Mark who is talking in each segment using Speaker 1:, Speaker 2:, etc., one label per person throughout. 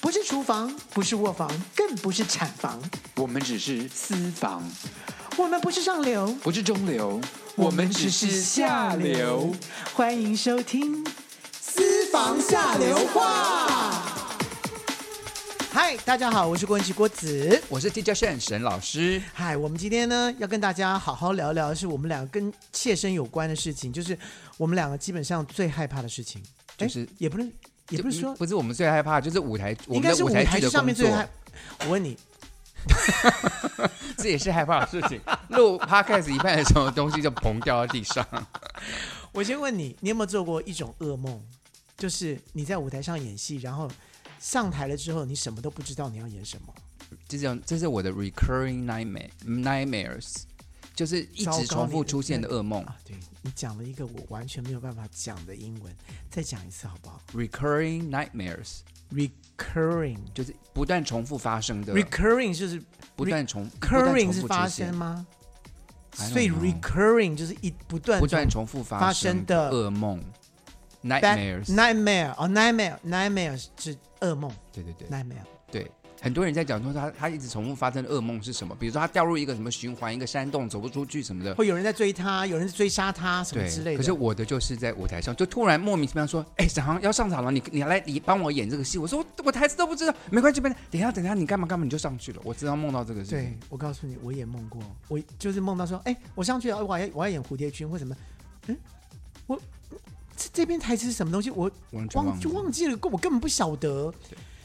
Speaker 1: 不是厨房，不是卧房，更不是产房，
Speaker 2: 我们只是私房，
Speaker 1: 我们不是上流，
Speaker 2: 不是中流，
Speaker 1: 我
Speaker 2: 我们只是下流。。
Speaker 1: 欢迎收听《私房下流话》。嗨，大家好，我是郭文琪郭子。
Speaker 2: 我是 DJ 炫沈老师，
Speaker 1: 嗨，我们今天呢要跟大家好好聊聊，是我们两个跟切身有关的事情，就是我们两个基本上最害怕的事情，哎
Speaker 2: 就是
Speaker 1: 也不能，也不是说
Speaker 2: 不是我们最害怕，就是舞台，我
Speaker 1: 应
Speaker 2: 们
Speaker 1: 该
Speaker 2: 的
Speaker 1: 是
Speaker 2: 舞
Speaker 1: 舞
Speaker 2: 台
Speaker 1: 台
Speaker 2: 剧的
Speaker 1: 上面
Speaker 2: 工
Speaker 1: 最害
Speaker 2: 作，。
Speaker 1: 我问你，
Speaker 2: 这也是害怕的事 情。录 podcast 一半的时候，东西就砰掉到地上。
Speaker 1: 我先问你，你有没有做过一种噩梦？就是你在舞台上演戏，然后上台了之后，你什么都不知道你要演什么。
Speaker 2: 这种，这是我的 recurring nightmare nightmares，就是一
Speaker 1: 糟糕
Speaker 2: 直重复
Speaker 1: 你的
Speaker 2: 出现的噩梦。
Speaker 1: 啊，对你讲了一个我完全没有办法讲的英文，再讲一次好不好
Speaker 2: recurring nightmares
Speaker 1: ？Recurring。
Speaker 2: 就是不断重复发生的，
Speaker 1: Recurring 就是
Speaker 2: 不断重不断
Speaker 1: recurring
Speaker 2: 重
Speaker 1: 是
Speaker 2: 复
Speaker 1: 发
Speaker 2: 出
Speaker 1: 生
Speaker 2: 现，
Speaker 1: 吗？
Speaker 2: I don't
Speaker 1: 所以
Speaker 2: know
Speaker 1: recurring 就是一不断
Speaker 2: 不断
Speaker 1: 重
Speaker 2: 重复
Speaker 1: 嗯发
Speaker 2: 发
Speaker 1: 生
Speaker 2: 生
Speaker 1: 的
Speaker 2: 噩梦
Speaker 1: bad
Speaker 2: nightmares。
Speaker 1: nightmare 哦 nightmare nightmare 是噩梦
Speaker 2: 对对对
Speaker 1: nightmare
Speaker 2: 对，很多人在讲说他他一直重复发生的噩梦是什么？比如说他掉入一个什么循环，一个山洞走不出去什么的。
Speaker 1: 会有人在追他，有人在追杀他什么之类
Speaker 2: 对，
Speaker 1: 的。
Speaker 2: 可是我的就是在舞台上，就突然莫名其妙说：“哎，沈航要上场了，你你来，你帮我演这个戏。”我说：“我我台词都不知道，没关系，没关系等一下等一下，你干嘛干嘛你就上去了。”我知道梦到这个事
Speaker 1: 对
Speaker 2: 情，
Speaker 1: 我告诉你，我也梦过，我就是梦到说，哎，我上去了，我要我要演蝴蝶君或什么，嗯，我这这边台词是什么东西，我
Speaker 2: 我完全
Speaker 1: 忘
Speaker 2: 忘
Speaker 1: 就
Speaker 2: 了。
Speaker 1: 忘记了，我根本不晓得。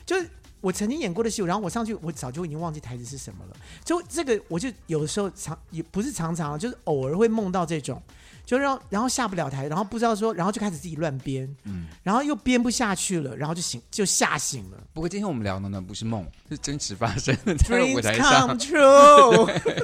Speaker 1: 就是我曾经演过的戏，然后我上去，我早就已经忘记台词是什么了。就这个，我就有时候常也不是常常，啊就是偶尔会梦到这种，就让然后下不了台，然后不知道说，然后就开始自己乱编，
Speaker 2: 嗯
Speaker 1: 然后又编不下去了，然后就醒就吓醒 了。
Speaker 2: 不过今天我们聊的呢不是梦，是真实发生的在舞
Speaker 1: Dreams
Speaker 2: 台上
Speaker 1: come。true。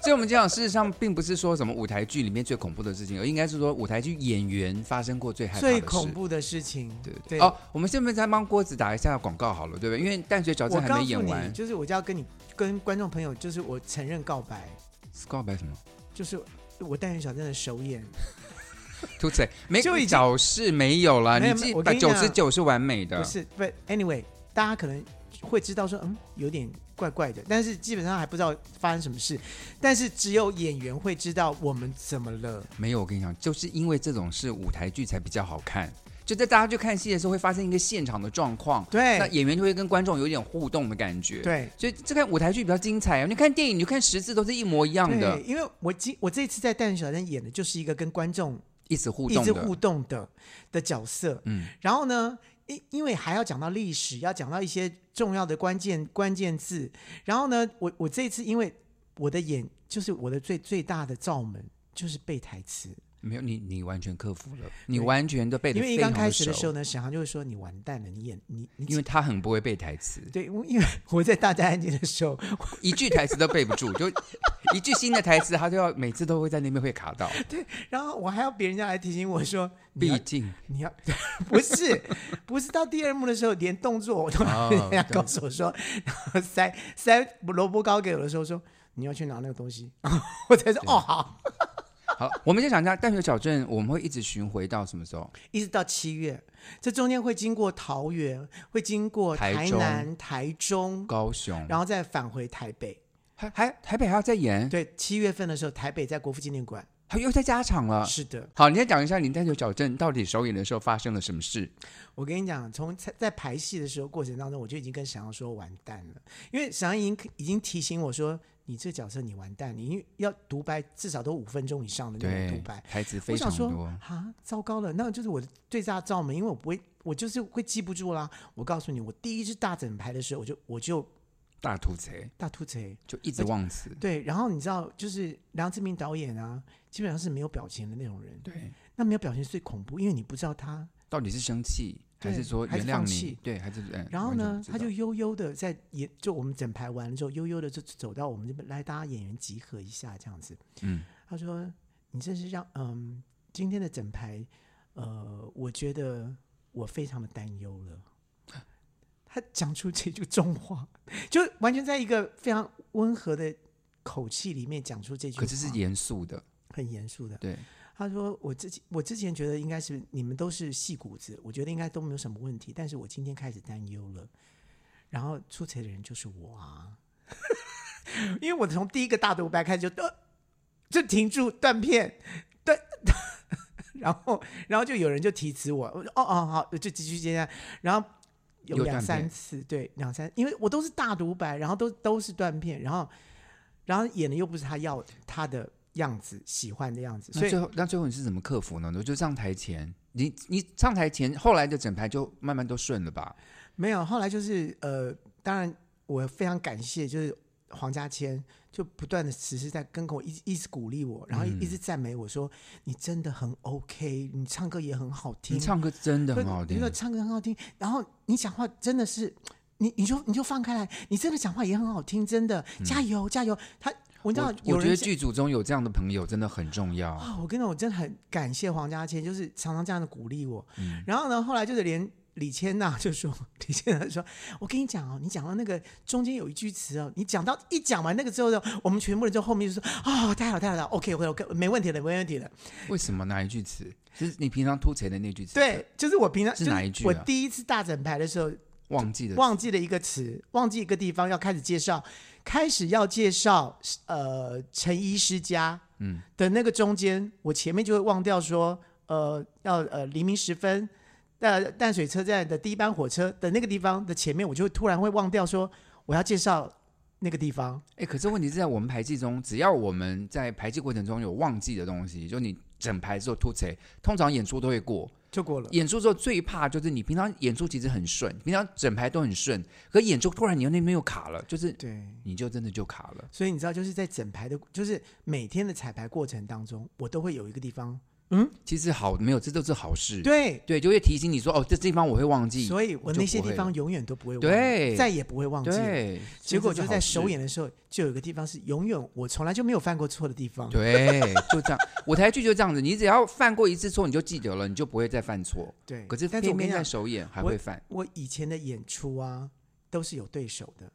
Speaker 2: 所以，我们讲，事实上并不是说什么舞台剧里面最恐怖的事情，而应该是说舞台剧演员发生过最害怕的
Speaker 1: 最
Speaker 2: 事。
Speaker 1: 恐怖的事情，
Speaker 2: 对对
Speaker 1: 对
Speaker 2: 对。哦，我们顺便再帮郭子打一下广告好了，对不对？因为淡水矫
Speaker 1: 我
Speaker 2: 正还
Speaker 1: 告
Speaker 2: 没
Speaker 1: 诉
Speaker 2: 演
Speaker 1: 你，
Speaker 2: 完，
Speaker 1: 就是我就要跟你跟观众朋友，就是我承认告白，
Speaker 2: 告白什么？
Speaker 1: 就是我戴元小镇的首演，
Speaker 2: 吐嘴，没
Speaker 1: 就已经
Speaker 2: 早是没有了，
Speaker 1: 没有没
Speaker 2: 你记啊
Speaker 1: 有我跟你
Speaker 2: 九
Speaker 1: 讲
Speaker 2: 十九是完美
Speaker 1: 不
Speaker 2: 的，
Speaker 1: 是不 anyway，大家可能会知道说，嗯，有点怪怪的，但是基本上还不知道发生什么事，但是只有演员会知道我们怎么了。
Speaker 2: 没有。我跟你讲，就是因为这种是舞台剧才比较好看。就在大家去看戏的时候，会发生一个现场的状况，那
Speaker 1: 对
Speaker 2: 演员就会跟观众有一点互动的感觉。，
Speaker 1: 对。
Speaker 2: 所以这看舞台剧比较精彩、啊。你看电影，你看十字都是一模一样的
Speaker 1: 对，，因为我今我这次在《淡水小镇》演的就是一个跟观众
Speaker 2: 一直互
Speaker 1: 一
Speaker 2: 动
Speaker 1: 直
Speaker 2: 的。
Speaker 1: 互动的的角色，
Speaker 2: 嗯，
Speaker 1: 然后呢，因因为还要讲到历史，要讲到一些重要的关键关键字。然后呢，我我这一次因为我的演就是我的最最大的罩门就是背台词，
Speaker 2: 没有，你你完全克服了，你
Speaker 1: 对
Speaker 2: 完全都背的
Speaker 1: 因为
Speaker 2: 非
Speaker 1: 一
Speaker 2: 常
Speaker 1: 刚
Speaker 2: 的
Speaker 1: 开始的时
Speaker 2: 熟
Speaker 1: 候，呢，沈航就会说你完蛋了，你演你你
Speaker 2: 因为他很不会背台词，
Speaker 1: 对，因为 我在大家安静的时候，
Speaker 2: 一句台词都背不住， 就一句新的台词，他都要每次都会在那边会卡到。
Speaker 1: 然后我还要别人家来提醒我说 你
Speaker 2: 毕
Speaker 1: 要
Speaker 2: 竟
Speaker 1: 你要不是不是到第二幕的时候，连动作我都
Speaker 2: 哦
Speaker 1: 人家告诉我说，然后塞塞萝卜糕给我的时候说你要去拿那个东西， 我才说哦好，
Speaker 2: 好，我们先讲一下淡水小镇，我们会一直巡回到什么时候？
Speaker 1: 一直到七月，这中间会经过桃园，会经过
Speaker 2: 台
Speaker 1: 台
Speaker 2: 中嗯
Speaker 1: 南、台中，
Speaker 2: 高雄，
Speaker 1: 然后再返回台北。
Speaker 2: 还还台北还要再演，
Speaker 1: 对，七月份的时候，台北在国父纪念馆，
Speaker 2: 还又再加场了。
Speaker 1: 是的，
Speaker 2: 好，你先讲一下你淡水小镇到底首演的时候发生了什么事？
Speaker 1: 我跟你讲，从在在排戏的时候过程当中，我就已经跟沈阳说完蛋了，因为沈阳已经已经提醒我说，你这角色你完蛋，你要独白至少都五分钟以上的那种
Speaker 2: 对
Speaker 1: 独白，。
Speaker 2: 台词非
Speaker 1: 我想
Speaker 2: 常
Speaker 1: 说
Speaker 2: 多。
Speaker 1: 啊，糟糕了，那就是我的最大的罩门，因为我不会，我就是会记不住啦。我告诉你，我第一次大整排的时候，我就我就
Speaker 2: 大吐贼
Speaker 1: 大突贼，
Speaker 2: 就一直忘词，
Speaker 1: 对，然后你知道，就是梁志明导演啊，基本上是没有表情的那种人，
Speaker 2: 对，
Speaker 1: 那没有表情是最恐怖，因为你不知道他
Speaker 2: 到底是生气
Speaker 1: 对
Speaker 2: 还是说
Speaker 1: 还是
Speaker 2: 原谅
Speaker 1: 放
Speaker 2: 你
Speaker 1: 弃？
Speaker 2: 对，还是嗯
Speaker 1: 然后
Speaker 2: 完全
Speaker 1: 呢
Speaker 2: 不，知
Speaker 1: 他
Speaker 2: 道
Speaker 1: 就悠悠的在演，就我们整排完了之后，悠悠的就走到我们这边来，大家演员集合一下这样子。
Speaker 2: 嗯，
Speaker 1: 他说：“你真是让嗯，今天的整排，呃，我觉得我非常的担忧 了。”他讲出这句重话，就完全在一个非常温和的口气里面讲出这句话，
Speaker 2: 可是是严肃的，
Speaker 1: 很严肃的。
Speaker 2: 对，
Speaker 1: 他说：“我之前我之前觉得应该是你们都是戏骨子，我觉得应该都没有什么问题，但是我今天开始担忧了。然后出彩的人就是我啊， 因为我从第一个大独白开始就呃就停住断片，断， 然后然后就有人就提词我，我就哦哦好，就继续接下来，然后有
Speaker 2: 又
Speaker 1: 两
Speaker 2: 断
Speaker 1: 三
Speaker 2: 片
Speaker 1: 次，对两三，因为我都是大独白，然后都都是断片，然后然后演的又不是他要他的样子，喜欢的样子，所
Speaker 2: 那
Speaker 1: 以
Speaker 2: 最后，那最后你是怎么克服呢？我就上台前，你你上台前，后来的整排就慢慢都顺了吧？
Speaker 1: 没有，后来就是呃，当然我非常感谢，就是黄家千就不断的只是在跟我一直一直鼓励我，然后
Speaker 2: 嗯
Speaker 1: 一直赞美我说、你真的很 OK，你唱歌也很好听，
Speaker 2: 你唱歌真的很好
Speaker 1: 你
Speaker 2: 听
Speaker 1: 说，唱歌很好听，然后你讲话真的是。你你就你就放开来，你真的讲话也很好听，真的加油、加油！他我知道
Speaker 2: 嗯我
Speaker 1: 有
Speaker 2: 我
Speaker 1: 人
Speaker 2: 觉得
Speaker 1: 讲
Speaker 2: 剧组中有这样的朋友真的很重要。
Speaker 1: 啊、我跟你讲，我真的很感谢黄家千，就是常常这样的鼓励我。
Speaker 2: 嗯
Speaker 1: 然后呢，后来就是连李千娜就说，李千娜说，我跟你讲哦，你讲到那个中间有一句词哦，你讲到一讲完那个之后呢，我们全部人就后面就说，哦，太好太好了，OK OK OK，没问题了，没问题了。
Speaker 2: 为什么哪一句词？是你平常吐槽的那句词？
Speaker 1: 对，，就是我平常
Speaker 2: 是
Speaker 1: 就
Speaker 2: 哪一句啊
Speaker 1: 我第一次大整排的时候，
Speaker 2: 忘记了。
Speaker 1: 忘记了一个词，忘记一个地方，要开始介绍，开始要介绍呃陈医师家，嗯的那个中间，我前面就会忘掉说呃要呃黎明时分，呃淡水车站的第一班火车的那个地方的前面，我就会突然会忘掉说我要介绍那个地方，
Speaker 2: 哎、可是问题是在我们排戏中，只要我们在排戏过程中有忘记的东西，就你整排之后吐槽，通常演出都会过。
Speaker 1: 就过了。
Speaker 2: 演出之后最怕就是你平常演出其实很顺，平常整排都很顺，可演出突然你又那边又卡了，就是
Speaker 1: 对，
Speaker 2: 你就真的就卡了。
Speaker 1: 所以你知道，就是在整排的，就是每天的彩排过程当中，我都会有一个地方，
Speaker 2: 其实好没有，这都是好事。
Speaker 1: 对，
Speaker 2: 对，就会提醒你说哦，这地方我会忘记。
Speaker 1: 所以我那些
Speaker 2: 就不
Speaker 1: 地
Speaker 2: 会
Speaker 1: 方永远都不会忘，
Speaker 2: 对
Speaker 1: 再也不会忘记了。
Speaker 2: 对，
Speaker 1: 结果就
Speaker 2: 所以这
Speaker 1: 在
Speaker 2: 好事
Speaker 1: 首。演的时候，就有一个地方是永远我从来就没有犯过错的地方。
Speaker 2: 对，就这样，舞台剧就这样子，你只要犯过一次错，你就记得了，你就不会再犯错。
Speaker 1: 对，
Speaker 2: 可是
Speaker 1: 但是我跟
Speaker 2: 偏偏
Speaker 1: 你
Speaker 2: 在
Speaker 1: 讲，
Speaker 2: 首演还会犯。
Speaker 1: 我以前的演出啊，都是有对手的，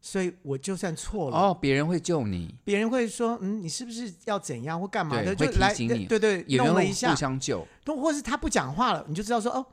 Speaker 1: 所以我就算错了，
Speaker 2: 哦，别人会救你，
Speaker 1: 别人会说，嗯，你是不是要怎样或干嘛的，就
Speaker 2: 对会提
Speaker 1: 来，
Speaker 2: 醒
Speaker 1: 对
Speaker 2: 你
Speaker 1: 对对，
Speaker 2: 演员
Speaker 1: 弄了
Speaker 2: 会
Speaker 1: 一下
Speaker 2: 互，相救。
Speaker 1: 都或是他不讲话了，你就知道说，哦，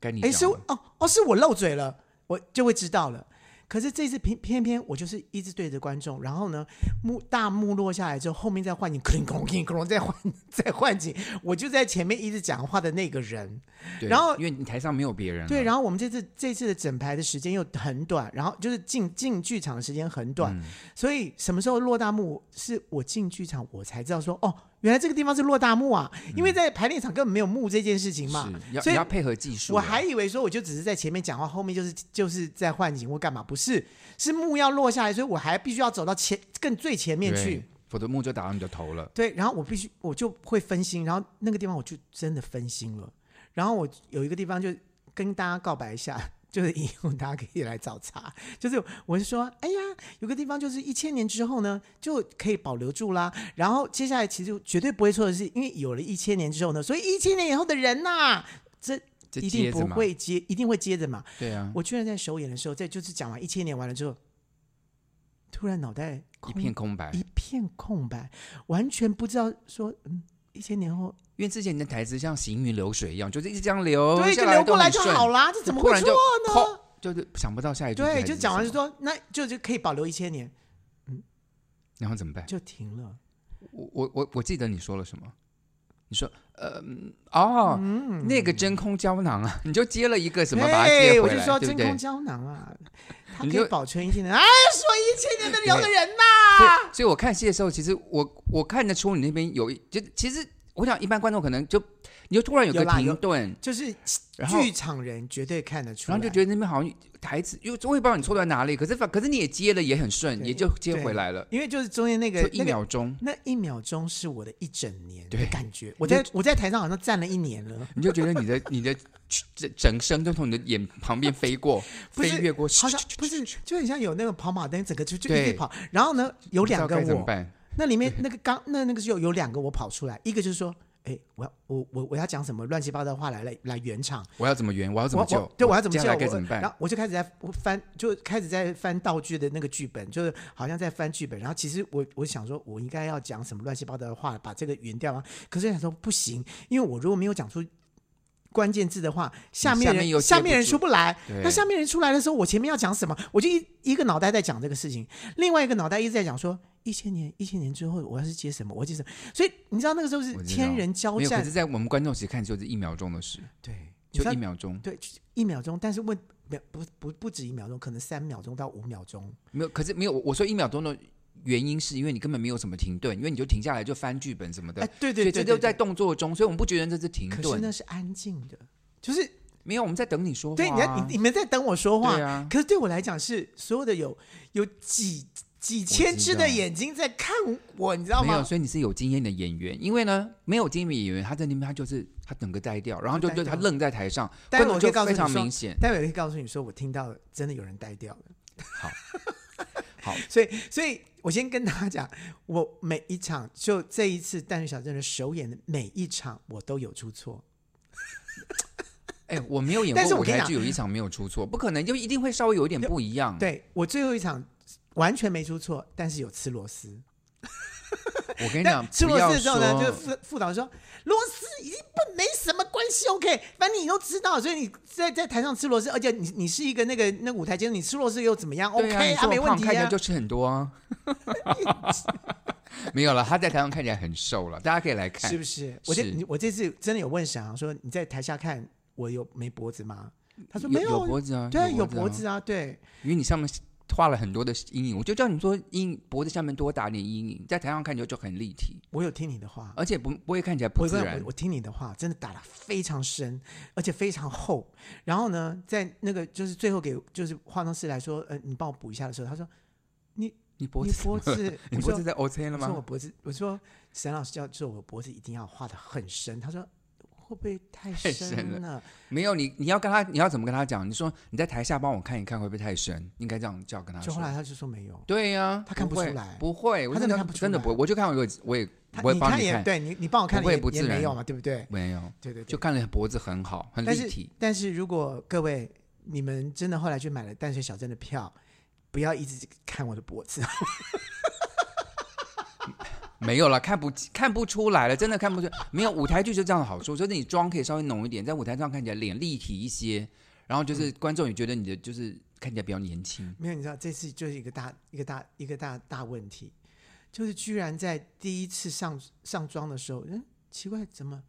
Speaker 2: 该你
Speaker 1: 哎，
Speaker 2: 讲
Speaker 1: 是我
Speaker 2: 了，
Speaker 1: 哦哦，是我漏嘴了，我就会知道了。可是这次偏偏偏我就是一直对着观众，然后呢幕大幕落下来之后，后面再换景，克隆克隆克隆再换再换景，我就在前面一直讲话的那个人。
Speaker 2: 对
Speaker 1: 然后
Speaker 2: 因为你台上没有别人了，
Speaker 1: 对，然后我们这次这次的整排的时间又很短，然后就是进进剧场的时间很短，
Speaker 2: 嗯
Speaker 1: 所以什么时候落大幕是我进剧场我才知道说哦，原来这个地方是落大幕啊，因为在排练场根本没有幕这件事情嘛，
Speaker 2: 嗯是要
Speaker 1: 所以
Speaker 2: 你要配合技术啊。
Speaker 1: 我还以为说我就只是在前面讲话，后面就是就是在换景或干嘛，不是，是幕要落下来，所以我还必须要走到前更最前面
Speaker 2: 对
Speaker 1: 去。，
Speaker 2: 否则木就打到你的头了。
Speaker 1: 对，然后我必须我就会分心，然后那个地方我就真的分心了。然后我有一个地方就跟大家告白一下， 就是以后大家可以来找茬，就是我是说，哎呀，有个地方就是一千年之后呢就可以保留住啦。然后接下来其实绝对不会错的是，因为有了一千年之后呢，所以一千年以后的人呐、这
Speaker 2: 这
Speaker 1: 一
Speaker 2: 接
Speaker 1: 定
Speaker 2: 着
Speaker 1: 不
Speaker 2: 嘛，
Speaker 1: 会接，一定会接着嘛。
Speaker 2: 对啊，
Speaker 1: 我居然在首演的时候，在就是讲完一千年完了之后，突然脑袋
Speaker 2: 一
Speaker 1: 空
Speaker 2: 片空白。
Speaker 1: 一片空白，完全不知道说嗯。一千年后，
Speaker 2: 因为之前你的台词像行云流水一样，就是一直这样流，
Speaker 1: 对，就
Speaker 2: 哦下
Speaker 1: 流
Speaker 2: 来
Speaker 1: 过
Speaker 2: 都
Speaker 1: 来
Speaker 2: 很
Speaker 1: 就
Speaker 2: 顺。
Speaker 1: 好啦，这怎么
Speaker 2: 突
Speaker 1: 会
Speaker 2: 然
Speaker 1: 错
Speaker 2: 就
Speaker 1: 呢？
Speaker 2: 就是想不到下一句台词
Speaker 1: 对，
Speaker 2: 是什么。
Speaker 1: 就讲完就说，那就就可以保留一千年，
Speaker 2: 然后怎么办？
Speaker 1: 就停了。
Speaker 2: 我我我我记得你说了什么？你说呃嗯哦，那个真空胶囊啊， 你就接了一个什么把它
Speaker 1: 嗯
Speaker 2: 接
Speaker 1: 对，
Speaker 2: 回
Speaker 1: 我
Speaker 2: 来，
Speaker 1: 就说
Speaker 2: 对
Speaker 1: 真
Speaker 2: 不对
Speaker 1: 空？胶囊啊，它
Speaker 2: 你
Speaker 1: 可以
Speaker 2: 就
Speaker 1: 保存一千年。哎，说一千年的留的人呐，
Speaker 2: 所以，所以我看戏的时候，其实我我看得出你那边有一，就其实我想一般观众可能就你就突然有个
Speaker 1: 有啦
Speaker 2: 停
Speaker 1: 有
Speaker 2: 顿，
Speaker 1: 就是
Speaker 2: 然后
Speaker 1: 剧场人绝对看得出来，
Speaker 2: 然后就觉得那边好像台词又我也不知道你错在哪里，可是反可是你也接了也很顺，
Speaker 1: 对
Speaker 2: 也就接回来了，
Speaker 1: 因为就是中间那个
Speaker 2: 就
Speaker 1: 那
Speaker 2: 一
Speaker 1: 个
Speaker 2: 秒钟，
Speaker 1: 那一秒钟是我的一整年的
Speaker 2: 对
Speaker 1: 感觉，我在我在台上好像站了一年了，
Speaker 2: 你就觉得你的 你的整整身都从你的眼旁边飞过，
Speaker 1: 不
Speaker 2: 飞
Speaker 1: 是
Speaker 2: 越过，
Speaker 1: 好像不是，就很像有那个跑马灯，整个就就一直
Speaker 2: 对
Speaker 1: 跑。然后呢，有
Speaker 2: 不知道
Speaker 1: 两个
Speaker 2: 该怎么
Speaker 1: 我，
Speaker 2: 办？
Speaker 1: 那里面那个刚那那个就有两个我跑出来，一个就是说，哎，我要我我我要讲什么乱七八糟的话来来来圆场，
Speaker 2: 我要怎么圆？我要怎么
Speaker 1: 我
Speaker 2: 救
Speaker 1: 我？对，我要怎么
Speaker 2: 接
Speaker 1: 救？
Speaker 2: 下来该
Speaker 1: 我
Speaker 2: 怎么办
Speaker 1: 然？后我就开始在翻，就开始在翻道具的那个剧本，就是好像在翻剧本。然后其实我我想说，我应该要讲什么乱七八糟的话，把这个圆掉啊。可是想说不行，因为我如果没有讲出关键字的话，下
Speaker 2: 下
Speaker 1: 面人
Speaker 2: 面又接
Speaker 1: 下
Speaker 2: 不
Speaker 1: 面人
Speaker 2: 住
Speaker 1: 出不来，
Speaker 2: 对
Speaker 1: 那下面人出来的时候，我前面要讲什么？我就一一个脑袋在讲这个事情，另外一个脑袋一直在讲说一千年一千年之后我要是接什么，我要接什么。所以你知道那个时候是
Speaker 2: 我知道
Speaker 1: 天人交
Speaker 2: 没有，可是，
Speaker 1: 战，
Speaker 2: 在我们观众席看就是一秒钟的事，
Speaker 1: 对，你知
Speaker 2: 就
Speaker 1: 道
Speaker 2: 一秒钟，
Speaker 1: 对就一秒钟，但是问不不不不止一秒钟，可能三秒钟到五秒钟。
Speaker 2: 没有，可是没有。我我说一秒钟的原因是因为你根本没有什么停顿，因为你就停下来就翻剧本什么的
Speaker 1: 哎，，对
Speaker 2: 所
Speaker 1: 对对，
Speaker 2: 以这
Speaker 1: 对
Speaker 2: 就在。动作中，所以我们不觉得这是停
Speaker 1: 对可是那
Speaker 2: 顿，
Speaker 1: 是安静的，就是
Speaker 2: 没有，我们在等你说话
Speaker 1: 对你在
Speaker 2: 啊。
Speaker 1: 你你们在等我说话
Speaker 2: 对，啊，
Speaker 1: 可是对我来讲是所有的有有几几千只的眼睛在看我，你知道
Speaker 2: 没有，
Speaker 1: 吗？
Speaker 2: 所以你是有经验的演员，因为呢，没有经验的演员，他在那边他就是他整个呆掉，然后就
Speaker 1: 呆
Speaker 2: 就
Speaker 1: 掉
Speaker 2: 他愣在台上，
Speaker 1: 待会
Speaker 2: 观众
Speaker 1: 我可以
Speaker 2: 就
Speaker 1: 告诉
Speaker 2: 非
Speaker 1: 你
Speaker 2: 常
Speaker 1: 说
Speaker 2: 明显。
Speaker 1: 待会会告诉你说，我听到了真的有人呆掉了。
Speaker 2: 好，好，
Speaker 1: 所以所以我先跟大家讲，我每一场就这一次《淡水小镇》的首演的每一场，我都有出错。
Speaker 2: 哎，我没有演
Speaker 1: 但是
Speaker 2: 过
Speaker 1: 我
Speaker 2: 舞
Speaker 1: 跟你
Speaker 2: 台
Speaker 1: 讲
Speaker 2: 剧，有一场没有出错，不可能，就一定会稍微有一点不一样。
Speaker 1: 对我最后一场完全没出错，但是有吃螺丝。
Speaker 2: 我跟
Speaker 1: 但
Speaker 2: 你讲，
Speaker 1: 吃螺
Speaker 2: 不要
Speaker 1: 丝之后呢，
Speaker 2: 说啊
Speaker 1: 就是副副导说螺丝已经不没什么关系，OK，反正你都知道，所以你在在台上吃螺丝，而且你你是一个那个那舞台监督，你吃螺丝又怎么样
Speaker 2: 对啊，
Speaker 1: ？OK
Speaker 2: 你说
Speaker 1: 没
Speaker 2: 我
Speaker 1: 问
Speaker 2: 胖
Speaker 1: 题
Speaker 2: 看起来
Speaker 1: 啊。
Speaker 2: 就吃很多啊。 没有了，他在台上看起来很瘦了，大家可以来看
Speaker 1: 是。不是？我这
Speaker 2: 是
Speaker 1: 你我这次真的有问沈航说你在台下看我有没脖子吗？他说
Speaker 2: 有
Speaker 1: 没
Speaker 2: 有脖子啊，
Speaker 1: 对啊，有
Speaker 2: 脖
Speaker 1: 脖，子啊，对，
Speaker 2: 因为你上面画了很多的阴影，我就叫你说阴影脖子下面多打点阴影，在台上看起来就很立体，
Speaker 1: 我有听你的话，
Speaker 2: 而且不不会看起来不
Speaker 1: 我
Speaker 2: 自
Speaker 1: 跟
Speaker 2: 然
Speaker 1: 我。我听你的话，真的打得非常深，而且非常厚。然后呢，在那个就是最后给就是化妆师来说，呃，你帮我补一下的时候，他说
Speaker 2: 你脖
Speaker 1: 你
Speaker 2: 子怎么
Speaker 1: 脖
Speaker 2: 了，
Speaker 1: 子，
Speaker 2: 你
Speaker 1: 我
Speaker 2: 脖
Speaker 1: 说
Speaker 2: 子在 OK 了
Speaker 1: 我说我
Speaker 2: 吗？
Speaker 1: 脖子，我说沈老师叫做我脖子一定要画得很深，他说会不会太
Speaker 2: 太深
Speaker 1: 深了？
Speaker 2: 没有，你你要跟他，你要怎么跟他讲？你说你在台下帮我看一看，会不会太深？应该这样叫跟他
Speaker 1: 就
Speaker 2: 说
Speaker 1: 后。来他就说没有，
Speaker 2: 对呀，
Speaker 1: 他看不出
Speaker 2: 会
Speaker 1: 来
Speaker 2: 不会，我
Speaker 1: 他真的看不出
Speaker 2: 真的
Speaker 1: 来
Speaker 2: 不会，我就看我有，我也
Speaker 1: 他
Speaker 2: 我也帮
Speaker 1: 看也
Speaker 2: 看，
Speaker 1: 对你你帮我看
Speaker 2: 不
Speaker 1: 了
Speaker 2: 会
Speaker 1: 也
Speaker 2: 不
Speaker 1: 也
Speaker 2: 自
Speaker 1: 没
Speaker 2: 然
Speaker 1: 有嘛，对不对？
Speaker 2: 没有。
Speaker 1: 对对对，
Speaker 2: 就看了脖子很好，很
Speaker 1: 但
Speaker 2: 立
Speaker 1: 是
Speaker 2: 体。
Speaker 1: 但是如果各位你们真的后来去买了淡水小镇的票，不要一直看我的脖子，
Speaker 2: 没有了，看不看不出来了，真的看不出来。没有舞台剧就这样的好处，就是你妆可以稍微浓一点，在舞台上看起来脸立体一些，然后就是
Speaker 1: 嗯
Speaker 2: 观众也觉得你的就是看起来比较年轻。
Speaker 1: 没有，你知道这次就是一个大一个大一个大大问题，就是居然在第一次上上妆的时候，嗯，奇怪，怎么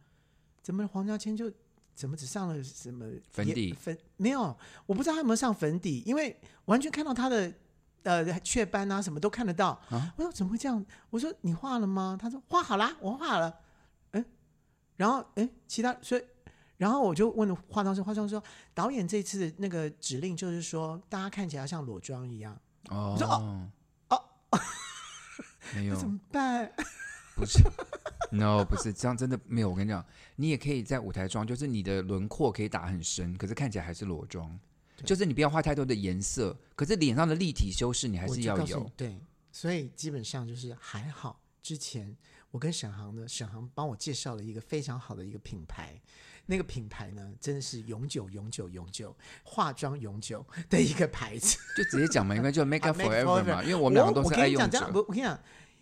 Speaker 1: 怎么黄家千就怎么只上了什么
Speaker 2: 粉
Speaker 1: 也
Speaker 2: 底
Speaker 1: 粉没有，我不知道他有没有上粉底，因为完全看到他的呃雀斑啊什么都看得到。
Speaker 2: 啊
Speaker 1: 我说怎么会这样？我说你画了吗？他说画好啦，我画了。嗯，然后嗯，其他所以。然后我就问了化妆师，化妆师说导演这次的那个指令就是说，大家看起来像裸妆一样，
Speaker 2: 哦
Speaker 1: 我说
Speaker 2: 哦，没
Speaker 1: 那
Speaker 2: 有
Speaker 1: 怎，么办？
Speaker 2: 不是，no，不是这样，真的没有。我跟你讲，你也可以在舞台妆，就是你的轮廓可以打很深，可是看起来还是裸妆，
Speaker 1: 对
Speaker 2: 就是你不要画太多的颜色，可是脸上的立体修饰你还
Speaker 1: 我
Speaker 2: 是
Speaker 1: 就
Speaker 2: 要
Speaker 1: 告诉
Speaker 2: 有
Speaker 1: 你。对，所以基本上就是还好。之前我跟沈航呢，沈航帮我介绍了一个非常好的一个品牌，那个品牌呢真的是永久、永久、永久化妆永久的一个牌子。
Speaker 2: 就直接讲嘛，应该 就 make up
Speaker 1: make
Speaker 2: forever
Speaker 1: forever
Speaker 2: 嘛，因为我们两个都
Speaker 1: 我
Speaker 2: 是
Speaker 1: 跟
Speaker 2: 爱
Speaker 1: 你
Speaker 2: 用
Speaker 1: 讲，这
Speaker 2: 者
Speaker 1: 样。不，我跟你讲，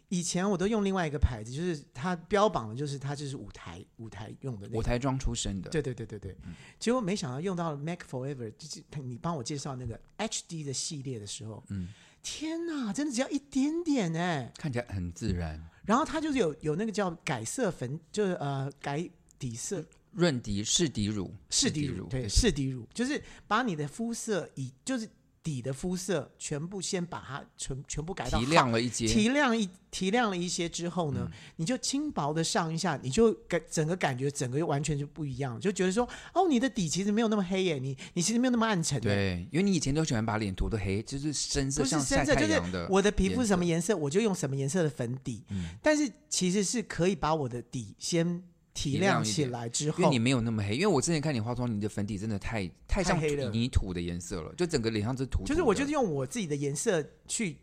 Speaker 1: 以前我都用另外一个牌子，就是它标榜的就是它就是舞台舞台用的那
Speaker 2: 舞
Speaker 1: 个。
Speaker 2: 台嗯妆出身的，
Speaker 1: 对对对对对，结果没想到用到了 Mac Forever，就是它你帮我介绍那个 HD 的系列的时候，
Speaker 2: 嗯，
Speaker 1: 天哪，真的只要一点点哎、
Speaker 2: 看起来很自然，
Speaker 1: 然后它就是有有那个叫改色粉，就是呃改底色
Speaker 2: 润底、适底乳、
Speaker 1: 嗯试底
Speaker 2: 乳
Speaker 1: 乳，，对，试底乳就是把你的肤色以就是底的肤色全部先把它全全部改到
Speaker 2: 提
Speaker 1: 好
Speaker 2: 亮了一截。
Speaker 1: 提亮一嗯提亮了一些之后呢，你就轻薄的上一下，你就感整个感觉整个就完全就不一样，就觉得说哦，你的底其实没有那么黑耶，你你其实没有那么暗沉的。
Speaker 2: 对，因为你以前都喜欢把脸涂的黑，就是深色，
Speaker 1: 不是
Speaker 2: 像晒
Speaker 1: 深色，
Speaker 2: 太
Speaker 1: 就是
Speaker 2: 阳的。嗯
Speaker 1: 我的皮肤什么颜色，我就用什么颜色的粉底。但是其实是可以把我的底先提
Speaker 2: 提亮
Speaker 1: 亮
Speaker 2: 一
Speaker 1: 起
Speaker 2: 点
Speaker 1: 来之
Speaker 2: 因为
Speaker 1: 后
Speaker 2: 你，没有那么黑，因为我之前看你化妆，你的粉底真的太太像
Speaker 1: 太黑了
Speaker 2: 泥土的颜色了，就整个脸上是土土的。
Speaker 1: 就是我就是用我自己的颜色去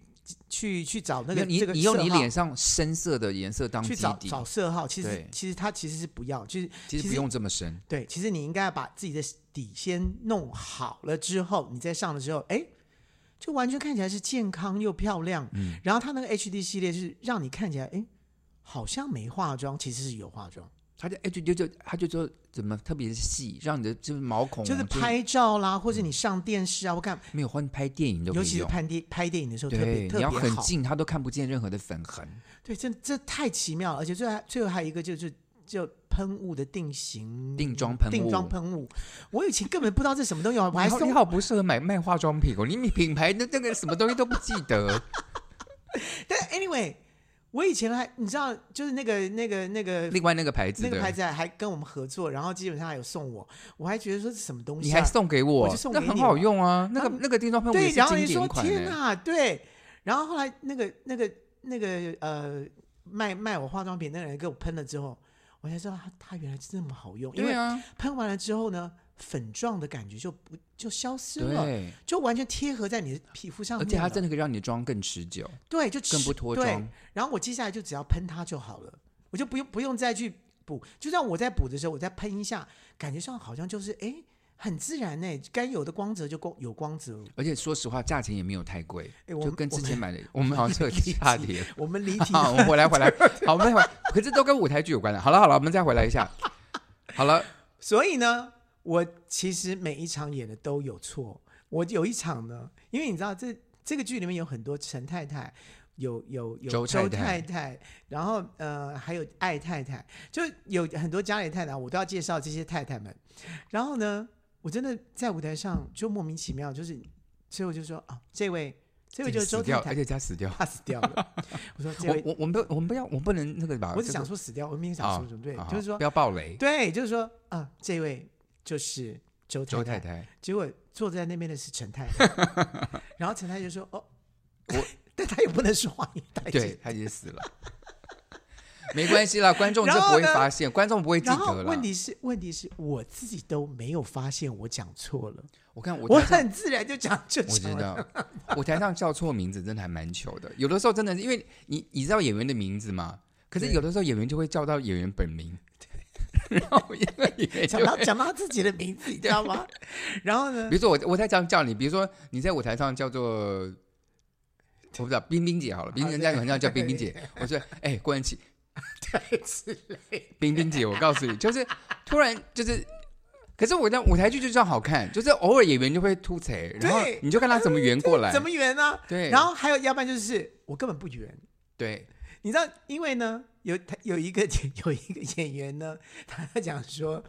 Speaker 1: 去去找那
Speaker 2: 没
Speaker 1: 个
Speaker 2: 有你
Speaker 1: 这个
Speaker 2: 你用
Speaker 1: 色
Speaker 2: 你
Speaker 1: 号
Speaker 2: 脸上深色的颜色当
Speaker 1: 去
Speaker 2: 基
Speaker 1: 找
Speaker 2: 底，
Speaker 1: 找色号，其实
Speaker 2: 对
Speaker 1: 其实它其实是不要，就是
Speaker 2: 其实
Speaker 1: 其
Speaker 2: 不
Speaker 1: 实
Speaker 2: 用这么深。
Speaker 1: 对，其实你应该把自己的底先弄好了之后，你再上了之后，哎，就完全看起来是健康又漂亮。
Speaker 2: 嗯，
Speaker 1: 然后它那个 HD 系列是让你看起来，哎，好像没化妆，其实是有化妆。
Speaker 2: 他就哎就就就他就说怎么特别细，让你的啊就是毛孔
Speaker 1: 就是拍照啦，或者你上电视啊，我看，
Speaker 2: 没有换拍电影都可
Speaker 1: 尤其
Speaker 2: 以
Speaker 1: 是
Speaker 2: 用，
Speaker 1: 拍电拍电影的时候特别
Speaker 2: 对，
Speaker 1: 特别
Speaker 2: 你要很
Speaker 1: 好，
Speaker 2: 近，他都看不见任何的粉痕。
Speaker 1: 对，这这太奇妙了，而且最后最后还有一个就是就喷雾的定型
Speaker 2: 定妆喷雾
Speaker 1: 定妆喷雾，我以前根本不知道这什么东西，我还
Speaker 2: 你好你
Speaker 1: 送，
Speaker 2: 好不适合买卖化妆品哦，你你品牌的那个什么东西都不记 得，
Speaker 1: 但 anyway，我以前还你知道就是那个那个那个
Speaker 2: 另外那个牌子
Speaker 1: 那
Speaker 2: 的，
Speaker 1: 个牌子还还跟我们合作，然后基本上还有送我，我还觉得说这什么东西、
Speaker 2: 你
Speaker 1: 啊，
Speaker 2: 还送给我，
Speaker 1: 我就送
Speaker 2: 那
Speaker 1: 给
Speaker 2: 很
Speaker 1: 你
Speaker 2: 好
Speaker 1: 了
Speaker 2: 用啊，那
Speaker 1: 然后
Speaker 2: 个那个定妆喷雾也
Speaker 1: 对，
Speaker 2: 是
Speaker 1: 然后
Speaker 2: 经
Speaker 1: 你
Speaker 2: 典
Speaker 1: 说
Speaker 2: 款
Speaker 1: 天
Speaker 2: 呢。
Speaker 1: 哪，对，然后后来那个那个那个呃卖卖我化妆品那个人给我喷了之后，我才知道他他原来是这么好用，因
Speaker 2: 对
Speaker 1: 为
Speaker 2: 啊，
Speaker 1: 喷完了之后呢，粉状的感觉就不就消失了，
Speaker 2: 对，
Speaker 1: 就完全贴合在你的皮肤上
Speaker 2: 而
Speaker 1: 面
Speaker 2: 且它
Speaker 1: 了，
Speaker 2: 真的可以让你的妆更持久，
Speaker 1: 对就
Speaker 2: 更不
Speaker 1: 持
Speaker 2: 脱
Speaker 1: 对
Speaker 2: 妆。
Speaker 1: 然后我接下来就只要喷它就好了，我就不用不用再去补。就算我在补的时候，我再喷一下，感觉上好像就是哎，很自然呢、该有的光泽就光有光泽。
Speaker 2: 而且说实话，价钱也没有太贵，
Speaker 1: 哎，我
Speaker 2: 就
Speaker 1: 们
Speaker 2: 跟
Speaker 1: 我
Speaker 2: 之
Speaker 1: 们
Speaker 2: 前买的，我们好像彻 底下跌。
Speaker 1: 我们 离题了，
Speaker 2: 好，我们回来回来， 好，我们再回来，可是都跟舞台剧有关的。好了好了，我们再回来一下。好了，
Speaker 1: 所以呢，我其实每一场演的都有错。我有一场呢，因为你知道这这个剧里面有很多陈太太，有有有
Speaker 2: 周
Speaker 1: 太
Speaker 2: 太太
Speaker 1: 然后呃还有艾太太，就有很多家里太太，我都要介绍这些太太们。然后呢，我真的在舞台上就莫名其妙，就是所以我就说啊，这位这位就是周
Speaker 2: 死
Speaker 1: 太
Speaker 2: 掉，
Speaker 1: 太
Speaker 2: 而，且加死掉。
Speaker 1: 她死掉了。我说这
Speaker 2: 我
Speaker 1: 位，
Speaker 2: 我我们不我们不要我们啊不能那个吧？
Speaker 1: 我只
Speaker 2: 这个
Speaker 1: 想说死掉，我没有想说什么，对
Speaker 2: 好，好
Speaker 1: 就是说
Speaker 2: 不要暴雷。
Speaker 1: 对，就是说啊，这位就是周
Speaker 2: 周
Speaker 1: 太
Speaker 2: 太。太，
Speaker 1: 结果坐在那边的是陈太太，然后陈太太就说：“哦，
Speaker 2: 我，
Speaker 1: 但她也不能说话，因为她已经
Speaker 2: 对，她已经死了。 没关系啦，观众就
Speaker 1: 然
Speaker 2: 不
Speaker 1: 后
Speaker 2: 会
Speaker 1: 呢
Speaker 2: 发现，观众不会记
Speaker 1: 然后
Speaker 2: 得了
Speaker 1: 问。题是，问题是我自己都没有发现我讲错了，
Speaker 2: 我看我
Speaker 1: 我
Speaker 2: 台上
Speaker 1: 很自然就讲 就
Speaker 2: 我知
Speaker 1: 讲了。
Speaker 2: 道，舞台上叫错名字真的还蛮糗的。有的时候真的是因为你你知道演员的名字吗？可是
Speaker 1: 对
Speaker 2: 有的时候演员就会叫到演员本名，然后一个演员就
Speaker 1: 讲
Speaker 2: 会
Speaker 1: 到讲到自己的名字，你知道吗？然后呢
Speaker 2: 比，如说我我在讲叫你，比如说你在舞台上叫做，我不知道冰冰姐好
Speaker 1: 啊
Speaker 2: 了，冰人家好像叫冰 冰姐，我说哎郭安琪， 对，冰冰姐，我告诉你，就是突然就是。可是我在舞台剧就这样好看，就是偶尔演员就会突锤，然后
Speaker 1: 对
Speaker 2: 你就看他怎么圆过来，
Speaker 1: 怎么圆呢、
Speaker 2: 对，
Speaker 1: 然后还有，要不然就是我根本不圆。
Speaker 2: 对，
Speaker 1: 你知道，因为呢，有他有一个有一个演员呢，他讲说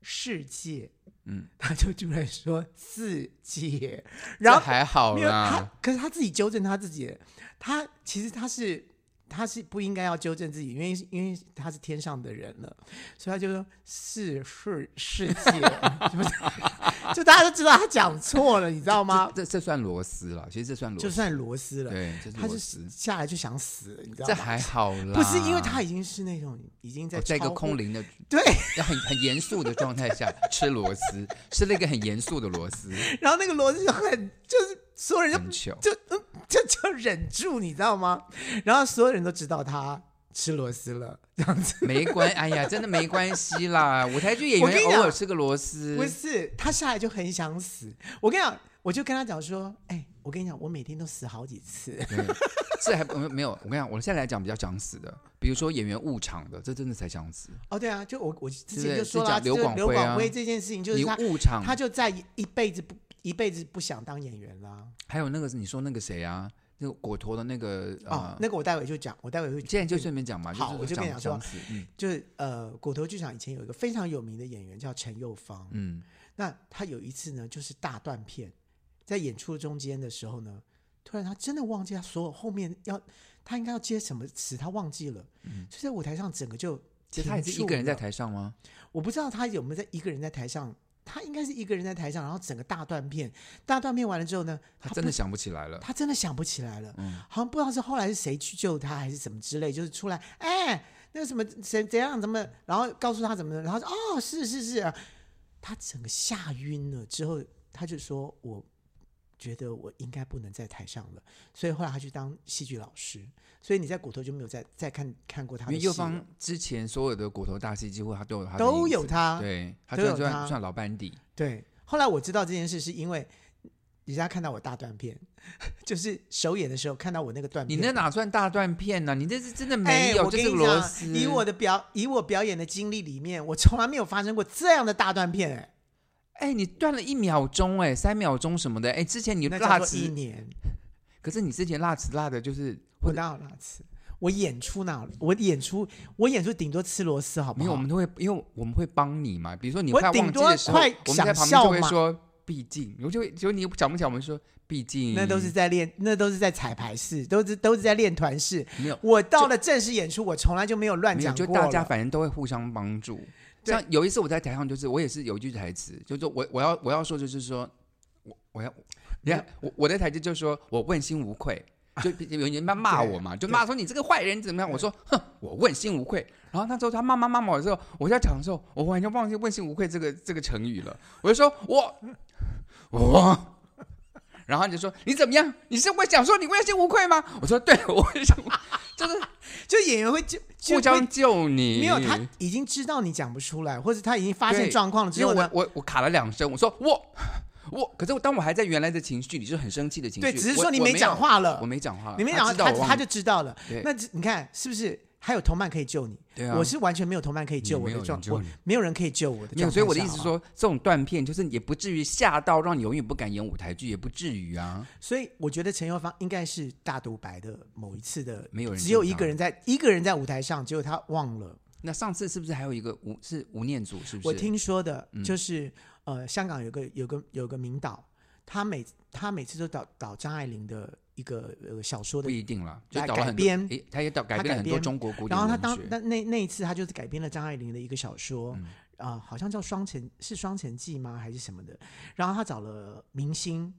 Speaker 1: 世界，
Speaker 2: 嗯，
Speaker 1: 他就突然说世界，
Speaker 2: 这
Speaker 1: 然后
Speaker 2: 还好
Speaker 1: 没有
Speaker 2: 啦
Speaker 1: 他，，可是他自己纠正他自己，他其实他是他是不应该要纠正自己，因为因为他是天上的人了，所以他就说是是世界，什么的就大家都知道他讲错了，你知道吗？
Speaker 2: 这这算螺丝了，其实这算螺
Speaker 1: 就
Speaker 2: 丝，
Speaker 1: 算螺丝了，
Speaker 2: 对，这是
Speaker 1: 他
Speaker 2: 螺
Speaker 1: 就
Speaker 2: 丝，
Speaker 1: 下来就想死，你知道
Speaker 2: 这
Speaker 1: 吗？
Speaker 2: 还好啦，
Speaker 1: 不是因为他已经是那种已经在
Speaker 2: 我在一个
Speaker 1: 超过
Speaker 2: 空灵的
Speaker 1: 对，
Speaker 2: 要很很严肃的状态下吃螺丝，吃了一个很严肃的螺丝，
Speaker 1: 然后那个螺丝就很就是所有人
Speaker 2: 很糗。
Speaker 1: 就就嗯就就忍住，你知道吗？然后所有人都知道他吃螺丝了， 这样子。
Speaker 2: 没关，哎呀，真的没关系啦。舞台剧演
Speaker 1: 我跟
Speaker 2: 员
Speaker 1: 你
Speaker 2: 偶尔
Speaker 1: 讲
Speaker 2: 吃个螺丝
Speaker 1: 不，是，他下来就很想死。我跟你讲，我就跟他讲说，哎、我跟你讲，我每天都死好几次。
Speaker 2: 对这还没没有。我跟你讲，我现在来讲比较想死的，比如说演员误场的，这真的才想死。
Speaker 1: 哦，对啊，就我我之
Speaker 2: 对
Speaker 1: 前就说了啊，
Speaker 2: 是讲刘
Speaker 1: 就
Speaker 2: 广
Speaker 1: 刘
Speaker 2: 辉啊
Speaker 1: 广辉这件事情，就是
Speaker 2: 你
Speaker 1: 他
Speaker 2: 误场，
Speaker 1: 他就在一辈子不一辈子不想当演员了。
Speaker 2: 还有那个是你说那个谁啊，那个果陀的那个
Speaker 1: 哦
Speaker 2: 啊，，
Speaker 1: 那个我待会就讲，我待会会
Speaker 2: 现在就顺便讲嘛，
Speaker 1: 好
Speaker 2: 是
Speaker 1: 我就跟你
Speaker 2: 讲
Speaker 1: 讲说
Speaker 2: 想死，嗯
Speaker 1: 就是呃，骨头剧场以前有一个非常有名的演员叫陈幼芳，
Speaker 2: 嗯，
Speaker 1: 那他有一次呢，就是大断片，在演出中间的时候呢，突然他真的忘记他所有后面要他应该要接什么词，他忘记了，所以在舞台上整个就
Speaker 2: 其嗯实他也是一个人在，台上吗？
Speaker 1: 我不知道他有没有在一个人在台上。他应该是一个人在台上，然后整个大断片，大断片完了之后呢，
Speaker 2: 他
Speaker 1: 不
Speaker 2: 真的想不起来了。
Speaker 1: 他真的想不起来了，
Speaker 2: 嗯
Speaker 1: 好像不知道是后来是谁去救他还是怎么之类，就是出来，哎，那个什么谁怎样怎么，然后告诉他怎么的，然后说哦是是是，他整个吓晕了之后，他就说我觉得我应该不能在台上了，所以后来他去当戏剧老师，所以你在骨头就没有再再看看过他
Speaker 2: 因
Speaker 1: 的戏
Speaker 2: 为
Speaker 1: 了，
Speaker 2: 右方之前所有的骨头大戏几乎他都有他的
Speaker 1: 都
Speaker 2: 影
Speaker 1: 有
Speaker 2: 子
Speaker 1: 他
Speaker 2: 对，他
Speaker 1: 都
Speaker 2: 就
Speaker 1: 有
Speaker 2: 算
Speaker 1: 他嗯
Speaker 2: 算老班底，
Speaker 1: 对，后来我知道这件事是因为人家看到我大断片， 就是首演的时候看到我那个断
Speaker 2: 你
Speaker 1: 片。
Speaker 2: 那哪算大断片呢、你这是真的
Speaker 1: 哎
Speaker 2: 没有，
Speaker 1: 我
Speaker 2: 就
Speaker 1: 跟
Speaker 2: 是
Speaker 1: 你
Speaker 2: 螺
Speaker 1: 讲，
Speaker 2: 丝。
Speaker 1: 以我的表以我表演的经历里面，我从来没有发生过这样的大断片、哎，
Speaker 2: 哎、你断了一秒钟，哎，三秒钟什么的，哎、之前你
Speaker 1: 那
Speaker 2: 辣
Speaker 1: 叫做一
Speaker 2: 词，
Speaker 1: 年，
Speaker 2: 可是你之前辣词辣的就是
Speaker 1: 我哪有那次？我演出哪有？我演出我演出顶多吃螺丝，好不
Speaker 2: 没有，我
Speaker 1: 好？
Speaker 2: 们都会，因为我们会帮你嘛。比如说你
Speaker 1: 我
Speaker 2: 快
Speaker 1: 顶
Speaker 2: 忘记
Speaker 1: 多
Speaker 2: 的时候，
Speaker 1: 快
Speaker 2: 我们在
Speaker 1: 想
Speaker 2: 旁边就
Speaker 1: 笑
Speaker 2: 会
Speaker 1: 嘛
Speaker 2: 说“毕竟”，我就会，就你想不想，我们说“毕竟”，
Speaker 1: 那都是在练，那都是在彩排式，都是都是在练团式。
Speaker 2: 没有
Speaker 1: 我到了正式演出，我从来就没有乱
Speaker 2: 没有，
Speaker 1: 讲
Speaker 2: 就
Speaker 1: 过
Speaker 2: 大家
Speaker 1: 了
Speaker 2: 反正都会互相帮助。
Speaker 1: 对
Speaker 2: 像有一次我在台上，就是我也是有一句台词，就是说我我要我要说就是说我我要，你看我我的台词就是说我问心无愧。
Speaker 1: 啊
Speaker 2: 就有人骂骂我 嘛，就骂说你这个坏人怎么样？我说哼，我问心无愧。然后那时候他骂骂骂骂我之后，我在讲的时候，我完全忘记“问心无愧”这个这个成语了。我就说我我，然后他就说你怎么样？你是会讲说你问心无愧吗？我说对，我问心无愧，就是
Speaker 1: 就演员会就就
Speaker 2: 互
Speaker 1: 会
Speaker 2: 相救你。
Speaker 1: 没有，他已经知道你讲不出来，或者他已经发现
Speaker 2: 对
Speaker 1: 状况了之
Speaker 2: 因为
Speaker 1: 后
Speaker 2: 我
Speaker 1: 呢，
Speaker 2: 我我卡了两声，我说我 我，可是我当我还在原来的情绪里，就是很生气的情绪。
Speaker 1: 对，只是
Speaker 2: 我
Speaker 1: 说你
Speaker 2: 我
Speaker 1: 没讲话
Speaker 2: 有，
Speaker 1: 了
Speaker 2: 我，没讲话，
Speaker 1: 你没讲话，
Speaker 2: 啊他知道
Speaker 1: 他
Speaker 2: 我
Speaker 1: 他
Speaker 2: 忘
Speaker 1: 就知道了
Speaker 2: 对。
Speaker 1: 那这你看是不是还有同伴可以救你？
Speaker 2: 对啊
Speaker 1: 我是完全没有同伴可以救我
Speaker 2: 没有
Speaker 1: 的
Speaker 2: 人
Speaker 1: 状，
Speaker 2: 救
Speaker 1: 我
Speaker 2: 你
Speaker 1: 没有人可以救我的
Speaker 2: 没
Speaker 1: 状态下。
Speaker 2: 有，所以我的意思是
Speaker 1: 好不好，
Speaker 2: 说，这种断片就是也不至于吓到让你永远不敢演舞台剧，也不至于啊。
Speaker 1: 所以我觉得陈友芳应该是大独白的某一次的，
Speaker 2: 没有人
Speaker 1: 只有
Speaker 2: 救
Speaker 1: 一
Speaker 2: 他
Speaker 1: 个人在一个人在舞台上，结果他忘了。
Speaker 2: 那上次是不是还有一个吴是吴念祖？是不是？嗯
Speaker 1: 我听说的就是，呃，香港有个有个有个名导，他每他每次都导导张爱玲的一个呃小说的
Speaker 2: 不一定了，就
Speaker 1: 来
Speaker 2: 导了
Speaker 1: 改
Speaker 2: 很多，
Speaker 1: 编
Speaker 2: 诶，他也导改
Speaker 1: 他
Speaker 2: 编
Speaker 1: 改
Speaker 2: 了很多
Speaker 1: 编
Speaker 2: 中国古典
Speaker 1: 然后他
Speaker 2: 文
Speaker 1: 当
Speaker 2: 学。
Speaker 1: 那那那一次，他就是改编了张爱玲的一个小说，
Speaker 2: 嗯
Speaker 1: 啊、好像叫《双城》，是《双城记》吗？还是什么的？然后他找了明星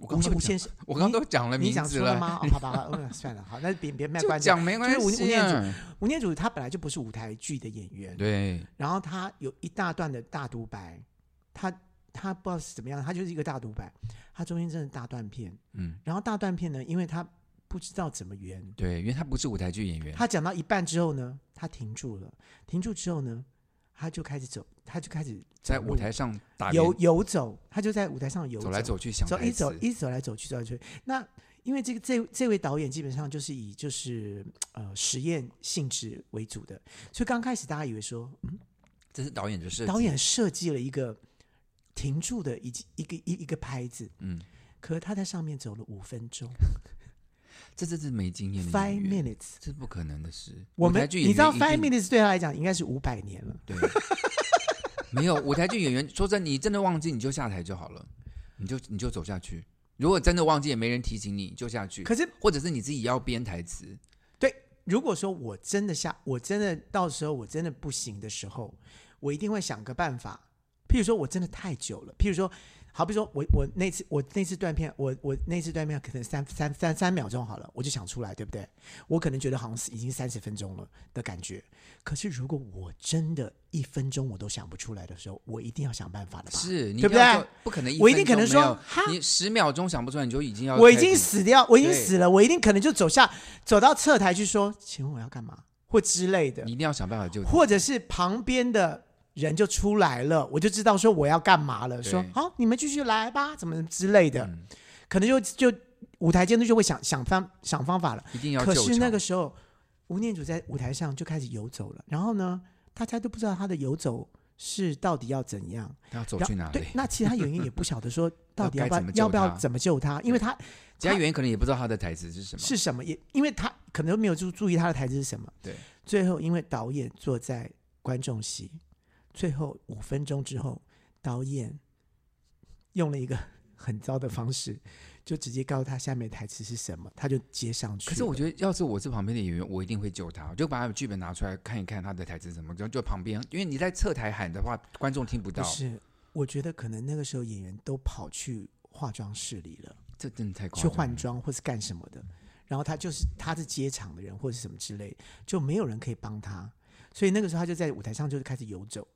Speaker 2: 我
Speaker 1: 吴
Speaker 2: 刚
Speaker 1: 吴
Speaker 2: 刚都讲
Speaker 1: 先生，
Speaker 2: 我刚刚都讲了
Speaker 1: 你
Speaker 2: 名
Speaker 1: 讲
Speaker 2: 字
Speaker 1: 出了
Speaker 2: 了，
Speaker 1: 吗？哦，好吧，好吧嗯，算了，好，那别别卖
Speaker 2: 就
Speaker 1: 关子。啊
Speaker 2: 讲没关
Speaker 1: 就是吴吴
Speaker 2: 系
Speaker 1: 念祖
Speaker 2: 啊。
Speaker 1: 吴念祖他本来就不是舞台剧的演员，
Speaker 2: 对，
Speaker 1: 然后他有一大段的大独白，他他不知道是怎么样，他就是一个大独白，他中间真的大断片，
Speaker 2: 嗯，
Speaker 1: 然后大断片呢，因为他不知道怎么圆，
Speaker 2: 对，因为他不是舞台剧演员，
Speaker 1: 他讲到一半之后呢，他停住了，停住之后呢，他就开始走，他就开始走
Speaker 2: 在
Speaker 1: 路
Speaker 2: 舞台上打
Speaker 1: 游
Speaker 2: 圆
Speaker 1: 游走，他就在舞台上游
Speaker 2: 走来走去想
Speaker 1: 走
Speaker 2: 台
Speaker 1: 一走
Speaker 2: 词，
Speaker 1: 一直走来走去走来走去。那因为这个这这位导演基本上就是以就是呃实验性质为主的，所以刚开始大家以为说
Speaker 2: 这是导演的设计。
Speaker 1: 导演设计了一个停住的一一个一一个拍子，
Speaker 2: 嗯，
Speaker 1: 可是他在上面走了五分钟
Speaker 2: 这这是没经验的
Speaker 1: ，five
Speaker 2: 演员，
Speaker 1: minutes。
Speaker 2: 这是不可能的事。
Speaker 1: 我
Speaker 2: 舞台
Speaker 1: 们
Speaker 2: 剧演
Speaker 1: 你知道
Speaker 2: 员一
Speaker 1: five
Speaker 2: 定
Speaker 1: minutes 对他来讲应该是五百年了。
Speaker 2: 对， 没有舞台剧演员，说真的，你真的忘记你就下台就好了，你就你就走下去。如果真的忘记也没人提醒你，就下去。
Speaker 1: 可是
Speaker 2: 或者是你自己要编台词，
Speaker 1: 如果说我真的下，我真的到时候我真的不行的时候，我一定会想个办法。譬如说我真的太久了，譬如说，好比说我我那次我那次断片，我我那次断片可能三三三三秒钟好了，我就想出来，对不对？我可能觉得好像是已经三十分钟了的感觉。可是如果我真的一分钟我都想不出来的时候，我一定要想办法了吧？
Speaker 2: 是你
Speaker 1: 对不
Speaker 2: 要
Speaker 1: 对
Speaker 2: 做不可能分钟没有，
Speaker 1: 我一定可能说哈
Speaker 2: 你十秒钟想不出来，你就已经要
Speaker 1: 我已
Speaker 2: 开
Speaker 1: 经
Speaker 2: 始
Speaker 1: 死掉，我已经
Speaker 2: 对
Speaker 1: 死了，我一定可能就走下走到侧台去说，请问我要干嘛或之类的
Speaker 2: 你。一定要想办法救
Speaker 1: 或者是旁边的人就出来了，我就知道说我要干嘛了，
Speaker 2: 对
Speaker 1: 说好你们继续来吧，怎么之类的，
Speaker 2: 嗯
Speaker 1: 可能就就舞台监督就会想想方想方法了。
Speaker 2: 一定要
Speaker 1: 可
Speaker 2: 救
Speaker 1: 是
Speaker 2: 场
Speaker 1: 那个时候，吴念祖在舞台上就开始游走了，然后呢，大家都不知道他的游走是到底要怎样，
Speaker 2: 要走
Speaker 1: 然
Speaker 2: 去哪
Speaker 1: 对
Speaker 2: 里？，
Speaker 1: 那其他演员也不晓得说到底要不
Speaker 2: 该怎
Speaker 1: 要
Speaker 2: 么救
Speaker 1: 要不要
Speaker 2: 他
Speaker 1: 怎么救他，因为他
Speaker 2: 其他演员可能也不知道他的台词是什么。
Speaker 1: 是什么，也因为他可能没有注注意他的台词是什么。
Speaker 2: 对，
Speaker 1: 最后因为导演坐在观众席，最后五分钟之后，导演用了一个 很糟的方式，就直接告诉他下面的台词是什么，他就接上去了。
Speaker 2: 可是我觉得，要是我是旁边的演员，我一定会救他，我就把他的剧本拿出来看一看他的台词是什么，然后就旁边，因为你在侧台喊的话，观众听不到
Speaker 1: 不，是，我觉得可能那个时候演员都跑去化妆室里了，
Speaker 2: 这真的太夸
Speaker 1: 去
Speaker 2: 张了。
Speaker 1: 换妆或是干什么的。然后他就是他是接场的人或是什么之类，就没有人可以帮他，所以那个时候他就在舞台上就开始游走。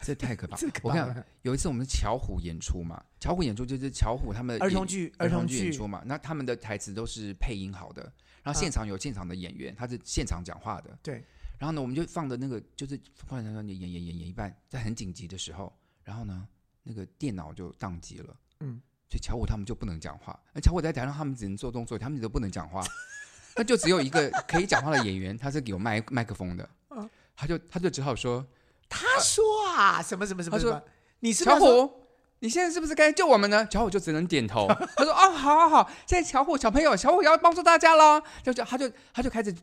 Speaker 2: 这太可 怕。
Speaker 1: 这可
Speaker 2: 我
Speaker 1: 怕
Speaker 2: 看
Speaker 1: 了
Speaker 2: 有一次我们巧虎演出嘛，巧虎演出就是巧虎他们的
Speaker 1: 儿童
Speaker 2: 演
Speaker 1: 剧，呃
Speaker 2: 儿
Speaker 1: 儿
Speaker 2: 童
Speaker 1: 童
Speaker 2: 剧演
Speaker 1: 剧，嗯
Speaker 2: 出嘛，那他们的台词都是配音好的，然后现场有现场的演员，他是现场讲话的。
Speaker 1: 对。
Speaker 2: 然后呢，我们就放的那个就是放放放演演演演一半，在很紧急的时候，然后呢，那个电脑就宕机了。
Speaker 1: 嗯。
Speaker 2: 所以巧虎他们就不能讲话。那巧虎在台上，他们只能做动作，他们都不能讲话。那就只有一个可以讲话的演员，他是有麦麦克风的，他就他就只好说
Speaker 1: 他说啊，什么什么什么
Speaker 2: 他
Speaker 1: 什
Speaker 2: 说
Speaker 1: 么，你是不
Speaker 2: 巧
Speaker 1: 是要说
Speaker 2: 虎，你现在是不是该救我们呢？巧虎就只能点 头。他说：“哦，好好好，现在巧虎小朋友，巧虎要帮助大家喽。”就就他就他就开始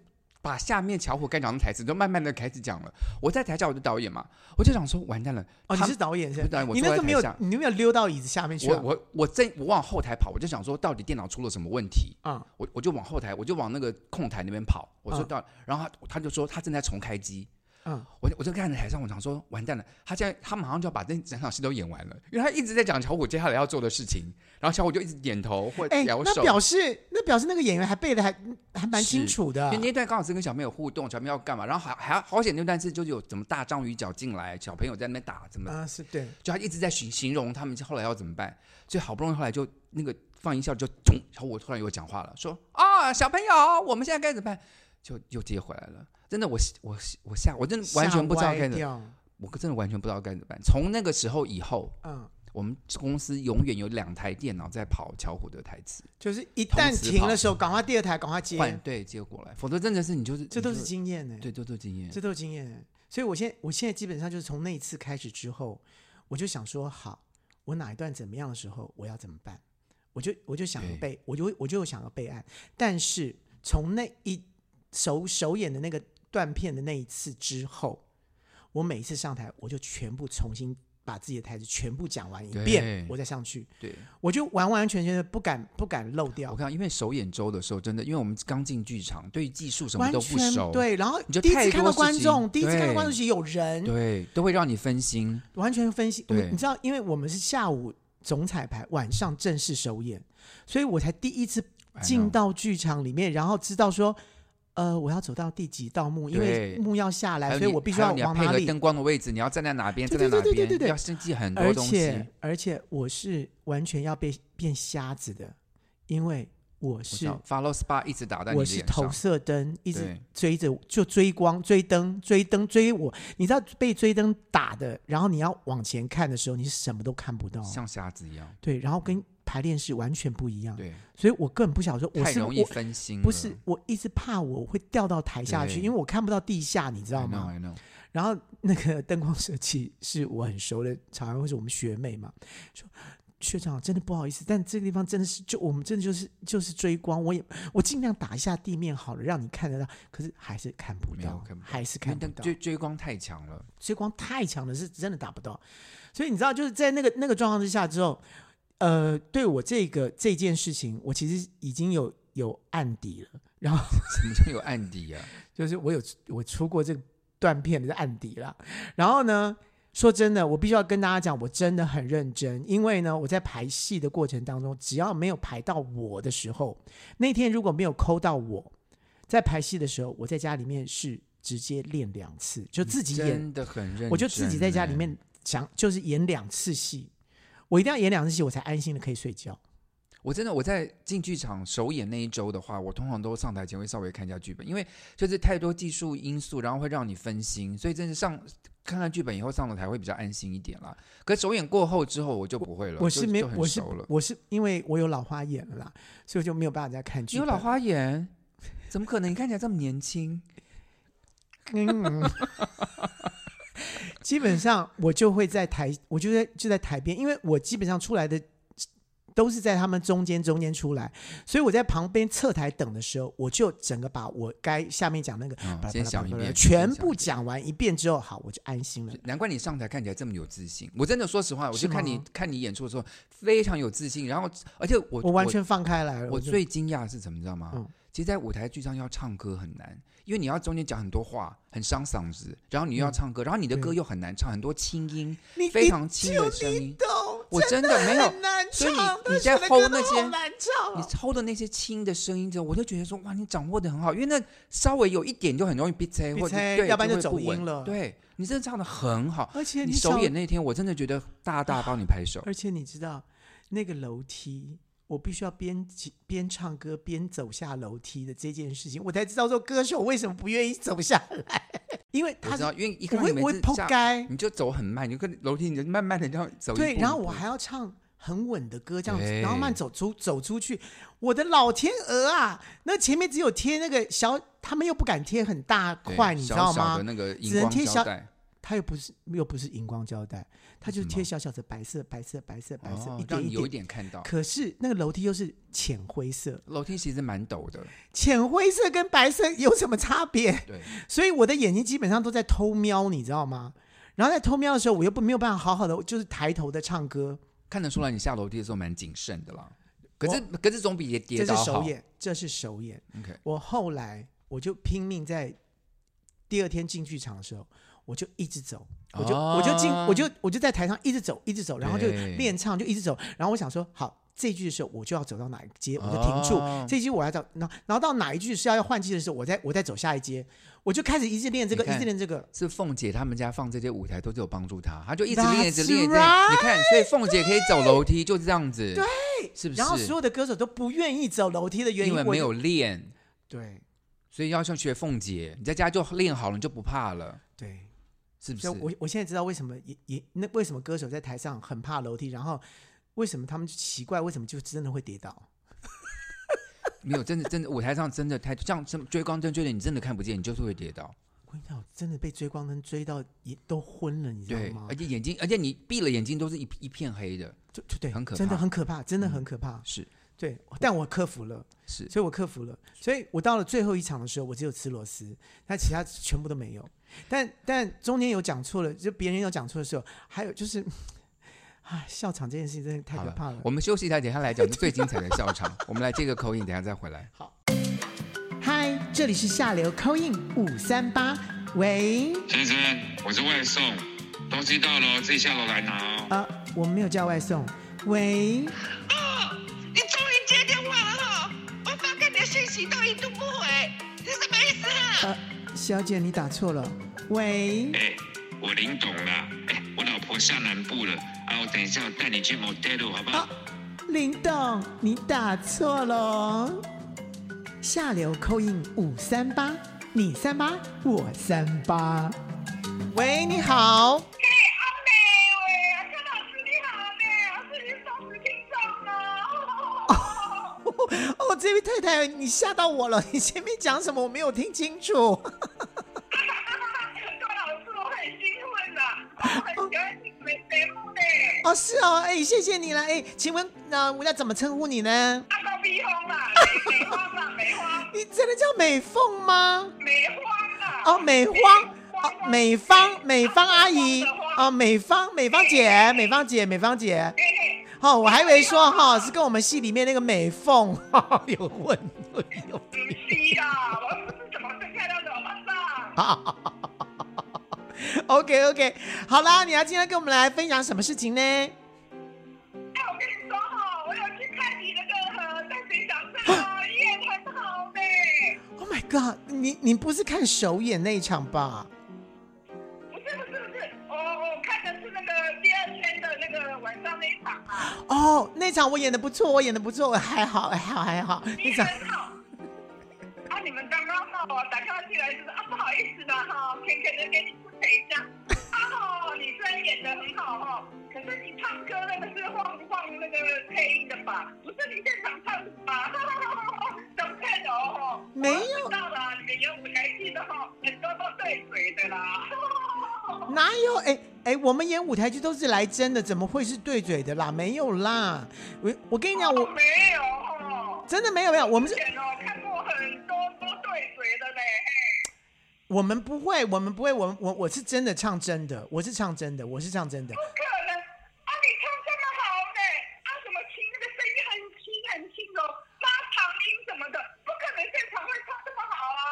Speaker 2: 把下面巧虎该讲的台词都慢慢的开始讲了。我在台下我就导演嘛，我就想说完蛋了，
Speaker 1: 哦，你
Speaker 2: 他
Speaker 1: 是导演是
Speaker 2: 不
Speaker 1: 吧？
Speaker 2: 然我
Speaker 1: 你那
Speaker 2: 坐
Speaker 1: 时
Speaker 2: 在
Speaker 1: 候没
Speaker 2: 台
Speaker 1: 有
Speaker 2: 下，，
Speaker 1: 你有没有溜到椅子下面去
Speaker 2: 我
Speaker 1: 啊？
Speaker 2: 我我正我往后台跑，我就想说到底电脑出了什么问题。
Speaker 1: 嗯，
Speaker 2: 我我就往后台，我就往那个控台那边跑，我说
Speaker 1: 嗯
Speaker 2: 到，然后他他就说他正在重开机，
Speaker 1: 嗯，
Speaker 2: 我就我就看着台上，我想说完蛋了，他现在他马上就要把这整场戏都演完了，因为他一直在讲巧虎接下来要做的事情，然后巧虎就一直点头或
Speaker 1: 哎，
Speaker 2: 摇
Speaker 1: 那
Speaker 2: 手。
Speaker 1: 表示那表示那个演员还背的还还蛮清楚的
Speaker 2: 因为。那段刚好是跟小朋友互动，小朋友要干嘛，然后还还好险那段是就是有怎么大章鱼脚进来，小朋友在那边打怎么，
Speaker 1: 啊，是对，
Speaker 2: 就他一直在形形容他们后来要怎么办，所以好不容易后来就那个放音效就咚，然后我突然又讲话了，说啊、小朋友，我们现在该怎么办？就又接回来了，真的我我我吓，我真的完全不知道
Speaker 1: 吓
Speaker 2: 该
Speaker 1: 歪
Speaker 2: 怎么，
Speaker 1: 掉。
Speaker 2: 我真的完全不知道该怎么办。从那个时候以后，
Speaker 1: 嗯，
Speaker 2: 我们公司永远有两台电脑在跑巧虎的台词，
Speaker 1: 就是一
Speaker 2: 同
Speaker 1: 旦
Speaker 2: 时
Speaker 1: 停
Speaker 2: 跑
Speaker 1: 的时候，赶快第二台，赶快
Speaker 2: 换
Speaker 1: 接，
Speaker 2: 对接过来，否则真的是你就是
Speaker 1: 啊这都
Speaker 2: 你
Speaker 1: 是
Speaker 2: 就
Speaker 1: 经验呢。
Speaker 2: 对，都是经验。
Speaker 1: 这都是经验。所以我现我现在基本上就是从那一次开始之后，我就想说，好，我哪一段怎么样的时候，我要怎么办？我就我就想要
Speaker 2: 对
Speaker 1: 备，我就我就想要备案。但是从那一首首演的那个断片的那一次之后，我每一次上台，我就全部重新把自己的台词全部讲完一遍
Speaker 2: 对，
Speaker 1: 我再上去，
Speaker 2: 对，
Speaker 1: 我就完完全全的不敢不敢漏掉
Speaker 2: 我，看因为首演周的时候，真的因为我们刚进剧场，对于技术什么
Speaker 1: 完
Speaker 2: 都不
Speaker 1: 全
Speaker 2: 熟，
Speaker 1: 对。然后
Speaker 2: 你就
Speaker 1: 第一
Speaker 2: 太
Speaker 1: 次看
Speaker 2: 多
Speaker 1: 到
Speaker 2: 事
Speaker 1: 观
Speaker 2: 情
Speaker 1: 众，第一次看到
Speaker 2: 对
Speaker 1: 观众席有人，
Speaker 2: 对，都会让你分心。
Speaker 1: 完全分析。我
Speaker 2: 对
Speaker 1: 们你知道，因为我们是下午总彩排，晚上正式首演，所以我才第一次
Speaker 2: I know
Speaker 1: 进到剧场里面，然后知道说，呃，我要走到第几道幕，因为
Speaker 2: 对
Speaker 1: 幕要下
Speaker 2: 还
Speaker 1: 来，
Speaker 2: 有
Speaker 1: 所以
Speaker 2: 你
Speaker 1: 我必须
Speaker 2: 还有
Speaker 1: 要
Speaker 2: 你要
Speaker 1: 往
Speaker 2: 配
Speaker 1: 哪
Speaker 2: 合
Speaker 1: 里。
Speaker 2: 灯光的位置，你要站在哪边，
Speaker 1: 对
Speaker 2: 站在哪
Speaker 1: 对对
Speaker 2: 边，
Speaker 1: 对对对
Speaker 2: 要设计很多
Speaker 1: 而
Speaker 2: 东西
Speaker 1: 且。而且我是完全要被变瞎子的，因为我
Speaker 2: 我
Speaker 1: 是
Speaker 2: 知道 follow spa 一直打在你
Speaker 1: 我
Speaker 2: 的
Speaker 1: 是
Speaker 2: 脸
Speaker 1: 投
Speaker 2: 上，
Speaker 1: 射灯，一直
Speaker 2: 对
Speaker 1: 追着就追光、追灯、追灯、追我。你知道被追灯打的，然后你要往前看的时候，你什么都看不到。
Speaker 2: 像瞎子一样。
Speaker 1: 对，然后跟排练是完全不一样，
Speaker 2: 对，
Speaker 1: 所以我根本不想说我
Speaker 2: 太
Speaker 1: 是
Speaker 2: 容易
Speaker 1: 我
Speaker 2: 分心了。
Speaker 1: 不是，我一直怕我会掉到台下去，
Speaker 2: 对
Speaker 1: 因为我看不到地下，你知
Speaker 2: 知
Speaker 1: 道吗？然后那个灯光设计是我很熟的，常常会是我们学妹嘛，说学长真的不好意思，但这个地方真的是就我们真的就是就是追光，我也我尽量打一下地面好了，让你看得到，可是还是看不
Speaker 2: 没有
Speaker 1: 到，
Speaker 2: 看不到
Speaker 1: 还是
Speaker 2: 因为
Speaker 1: 看不
Speaker 2: 灯
Speaker 1: 到。
Speaker 2: 追追光太强了，
Speaker 1: 追光太强了，是真的达不到。所以你知道，就是在那个那个状况之下之后，呃，对我这个这件事情，我其实已经有有案底了。然后
Speaker 2: 什么叫有案 底啊？
Speaker 1: 就是我有我出过这个断片的案底了。然后呢，说真的，我必须要跟大家讲，我真的很认真，因为呢，我在排戏的过程当中，只要没有排到我的时候，那天如果没有抠到我，在排戏的时候，我在家里面是直接练两次，就自己演
Speaker 2: 真的很认真，欸
Speaker 1: 我就自己在家里，面想，就是演两次戏，我一定要演两次戏，我才安心的可以睡觉。
Speaker 2: 我真的我在进剧场首演那一周的话，我通常都上台前会稍微看一下剧本，因为就是太多技术因素，然后会让你分心，所以真的上看看剧本以后上了台会比较安心一点啦。可首演过后之后我就不会了，
Speaker 1: 我
Speaker 2: 啊就是
Speaker 1: 没
Speaker 2: 就，很
Speaker 1: 我是
Speaker 2: 熟了。
Speaker 1: 我是因为我有老花眼了啦，所以我就没有办法再看
Speaker 2: 你
Speaker 1: 剧。
Speaker 2: 有老，花眼，怎么可能？你看起来这么 年轻，
Speaker 1: 嗯， 基本上我就会在台，我就在就在台边，因为我基本上出来的。都是在他们中间中间出来，所以我在旁边侧台等的时候，我就整个把我该下面讲那个
Speaker 2: 嗯、先想一遍，
Speaker 1: 全
Speaker 2: 先想一
Speaker 1: 部
Speaker 2: 遍
Speaker 1: 讲完一遍之后，好，我就安心了。
Speaker 2: 难怪你上台看起来这么有自信。我真的说实话，我
Speaker 1: 是
Speaker 2: 就
Speaker 1: 吗
Speaker 2: 看你看你演出的时候非常有自信，然后而且我
Speaker 1: 我完全放开来了，
Speaker 2: 我
Speaker 1: 就
Speaker 2: 最惊讶的是什么，你知道吗？
Speaker 1: 嗯
Speaker 2: 其实，在舞台剧上要唱歌很难，因为你要中间讲很多话，很伤嗓子，然后你又要
Speaker 1: 嗯
Speaker 2: 唱歌，然后你的歌
Speaker 1: 对
Speaker 2: 又很难唱，很多轻音，
Speaker 1: 你
Speaker 2: 非常轻的声音。我真的没有，
Speaker 1: 难
Speaker 2: 所以你
Speaker 1: 唱
Speaker 2: 你
Speaker 1: 但是
Speaker 2: 在
Speaker 1: 我的歌
Speaker 2: hold 那
Speaker 1: 都
Speaker 2: 些
Speaker 1: 好难唱
Speaker 2: 你
Speaker 1: 哦
Speaker 2: 抽的那些轻的声音之后，我就觉得说，哇，你掌握的很好，因为那稍微有一点就很容易逼车，
Speaker 1: 逼
Speaker 2: 或者
Speaker 1: 车
Speaker 2: 对，
Speaker 1: 要不然就
Speaker 2: 就会
Speaker 1: 走
Speaker 2: 不稳
Speaker 1: 音了
Speaker 2: 对你真的唱的很好，
Speaker 1: 而且
Speaker 2: 你
Speaker 1: 找
Speaker 2: 首演，那天，我真的觉得大大帮你拍手。
Speaker 1: 而且你知道那个楼梯，我必须要边起边唱歌边走下楼梯的这件事情，我才知道说歌手为什么不愿意走下来，因为
Speaker 2: 我
Speaker 1: 他
Speaker 2: 知
Speaker 1: 是
Speaker 2: 道，因为一看
Speaker 1: 我
Speaker 2: 到
Speaker 1: 会
Speaker 2: 你
Speaker 1: 我会
Speaker 2: 们
Speaker 1: 扑
Speaker 2: 下，
Speaker 1: 街，
Speaker 2: 你就走很慢，你就跟楼梯，你就慢慢的这样走一步。
Speaker 1: 对，然后
Speaker 2: 一步
Speaker 1: 我还要唱很稳的歌这样子，
Speaker 2: 对
Speaker 1: 然后慢走出走出去，我的老天鹅啊！那前面只有贴那个小，他们又不敢贴很大
Speaker 2: 对
Speaker 1: 块，你知道
Speaker 2: 小小
Speaker 1: 吗
Speaker 2: 的？那个荧
Speaker 1: 只能
Speaker 2: 光
Speaker 1: 贴
Speaker 2: 胶
Speaker 1: 小
Speaker 2: 带，
Speaker 1: 它又不是又不是荧光胶带，它就是
Speaker 2: 什么
Speaker 1: 贴小小的白色、白色、白色、白色，哎
Speaker 2: 哦
Speaker 1: 一，
Speaker 2: 让
Speaker 1: 点
Speaker 2: 你有
Speaker 1: 一
Speaker 2: 一
Speaker 1: 点。
Speaker 2: 点看到。
Speaker 1: 可是那个楼梯又是浅灰色，
Speaker 2: 楼梯其实蛮陡的，
Speaker 1: 浅灰色跟白色有什么差别？
Speaker 2: 对，
Speaker 1: 所以我的眼睛基本上都在偷瞄，你知道吗？然后在偷瞄的时候，我又不没有办法好好的就是抬头的唱歌，
Speaker 2: 看得出来你下楼梯的时候蛮谨慎的啦。可是可是总比跌跌
Speaker 1: 这
Speaker 2: 倒
Speaker 1: 是
Speaker 2: 好
Speaker 1: 首。演，这是首演。
Speaker 2: OK，
Speaker 1: 我后来我就拼命在第二天进剧场的时候，我就一直走，我就、我就进，
Speaker 2: 哦
Speaker 1: 我就我就在台上一直走，一直走，然后就
Speaker 2: 对
Speaker 1: 练唱，就一直走。然后我想说，好，这一句的时候我就要走到哪一阶，我就停住。
Speaker 2: 哦
Speaker 1: 这一句我要走，然后然后到哪一句是要要换气的时候，我再我再走下一阶，我就开始一直练这个，
Speaker 2: 你看
Speaker 1: 一直练这个。
Speaker 2: 是凤姐他们家放这些舞台都是有帮助她，她就一直
Speaker 1: That's
Speaker 2: 练，一直练，一直练。
Speaker 1: right，
Speaker 2: 你看，所以凤姐可以走楼梯，就是这样子，对，是不是？
Speaker 1: 然后所有的歌手都不愿意走楼梯的原
Speaker 2: 因
Speaker 1: 因，
Speaker 2: 为
Speaker 1: 我
Speaker 2: 没
Speaker 1: 就
Speaker 2: 有练，
Speaker 1: 对
Speaker 2: 所以要像学凤姐，你在家就练好了，你就不怕了，
Speaker 1: 对，
Speaker 2: 是不是
Speaker 1: 所以？我我现在知道为什么也也那为什么歌手在台上很怕楼梯，然后为什么他们就奇怪为什么就真的会跌倒。
Speaker 2: 没有，真的真的舞台上真的太像像追光灯追的，你真的看不见，你就是会跌倒。
Speaker 1: 我跟你讲，我真的被追光灯追到也都昏了，你知道
Speaker 2: 对哎
Speaker 1: 吗，
Speaker 2: 而？且眼睛，而且你闭了眼睛都是一一片黑的，
Speaker 1: 就就对，
Speaker 2: 很可
Speaker 1: 真的
Speaker 2: 怕
Speaker 1: 很可怕，真的很可怕。
Speaker 2: 是
Speaker 1: 对，但我克服了，
Speaker 2: 是。
Speaker 1: 所以我克服了，所以我到了最后一场的时候，我只有吃螺丝，但其他全部都没有。但但中间有讲错了，就别人有讲错的时候，还有就是， 啊，笑场这件事情真的太
Speaker 2: 好
Speaker 1: 可怕了
Speaker 2: 我。们休息一下，等一下来讲最精彩的笑场。 我们来接个口音，等一下再回来。
Speaker 1: 嗨，这里是下流 c i n 五三八，喂，
Speaker 3: 先生，我是外送，东西到了哦自己下楼来拿哦。
Speaker 1: 啊，我们没有叫外送，喂，
Speaker 4: 哦，你终于接电话了哈、我发给你的信息都一度不回，是什么意思啊？
Speaker 1: 呃，小姐你打错了，喂。
Speaker 3: 哎、我林董啦，哎、我老婆下南部了，啊，我等一下我带你去 motel 好不好？
Speaker 1: 林董，你打错喽！下流扣印五三八，你三八，我三八。喂，你好，
Speaker 4: 嘿，阿美喂，阿康老师你好呢，我是你忠实听众哦。
Speaker 1: 哦，这位太太，你吓到我了，你前面讲什么我没有听清楚。
Speaker 4: 高老师，我很兴奋呐、我很喜欢你们节目呢。
Speaker 1: 哦，是哦，哎，谢谢你了，哎，请问，那、我要怎么称呼你呢？
Speaker 4: 阿到逼轰啦，梅梅花啦，梅花，
Speaker 1: 你真的叫美凤吗？
Speaker 4: 梅花啦。
Speaker 1: 哦，美方，哦，美方，美方阿姨，哦，美方，美方姐，美方姐，美方姐。
Speaker 4: 嘿嘿，
Speaker 1: 哦，我还以为说哈、是跟我们戏里面那个美凤、 哈有问题。有
Speaker 4: 不是啦，我不是怎么是看到怎么上。
Speaker 1: 好 OK OK，好啦，你要今天跟我们来分享什么事情呢？
Speaker 4: 哎，我跟你说哈，我有去看你那个呃在水长上啊，演很好呢。
Speaker 1: Oh my god，你你不是看首演那一场吧？
Speaker 4: 不是不是不是，我我看的是那个第二天的那个晚上那一场啊，
Speaker 1: 哦、那场我演的不错，我演的不错，我还好还好还好。
Speaker 4: 你
Speaker 1: 那场
Speaker 4: 很好。啊，你们刚刚哈，我打电话进来就是啊，不好意思的哈，甜甜的给你不陪一下。啊吼，你虽然演的很好哈，可是你唱歌那个是晃晃那个配音的吧？不是你现场唱的吧？ 怎么看哦？
Speaker 1: 没有
Speaker 4: 我知道了，你们有舞台剧的哈，很多都对嘴的啦。
Speaker 1: 哪有？哎、哎、我们演舞台剧都是来真的，怎么会是对嘴的啦？没有啦，我我跟你讲，我
Speaker 4: 没有哦。
Speaker 1: 真的没有没有，我们是
Speaker 4: 之前哦，看过很多都对嘴的嘞，嘿
Speaker 1: 我们不会，我们不会，我们我我是真的唱真的，我是唱真的，我是唱真的
Speaker 4: 不。可能啊！你唱这么好呢，啊，怎么轻那个声音很轻很轻柔，拉长音什么的，不可能现场会唱这么好啊！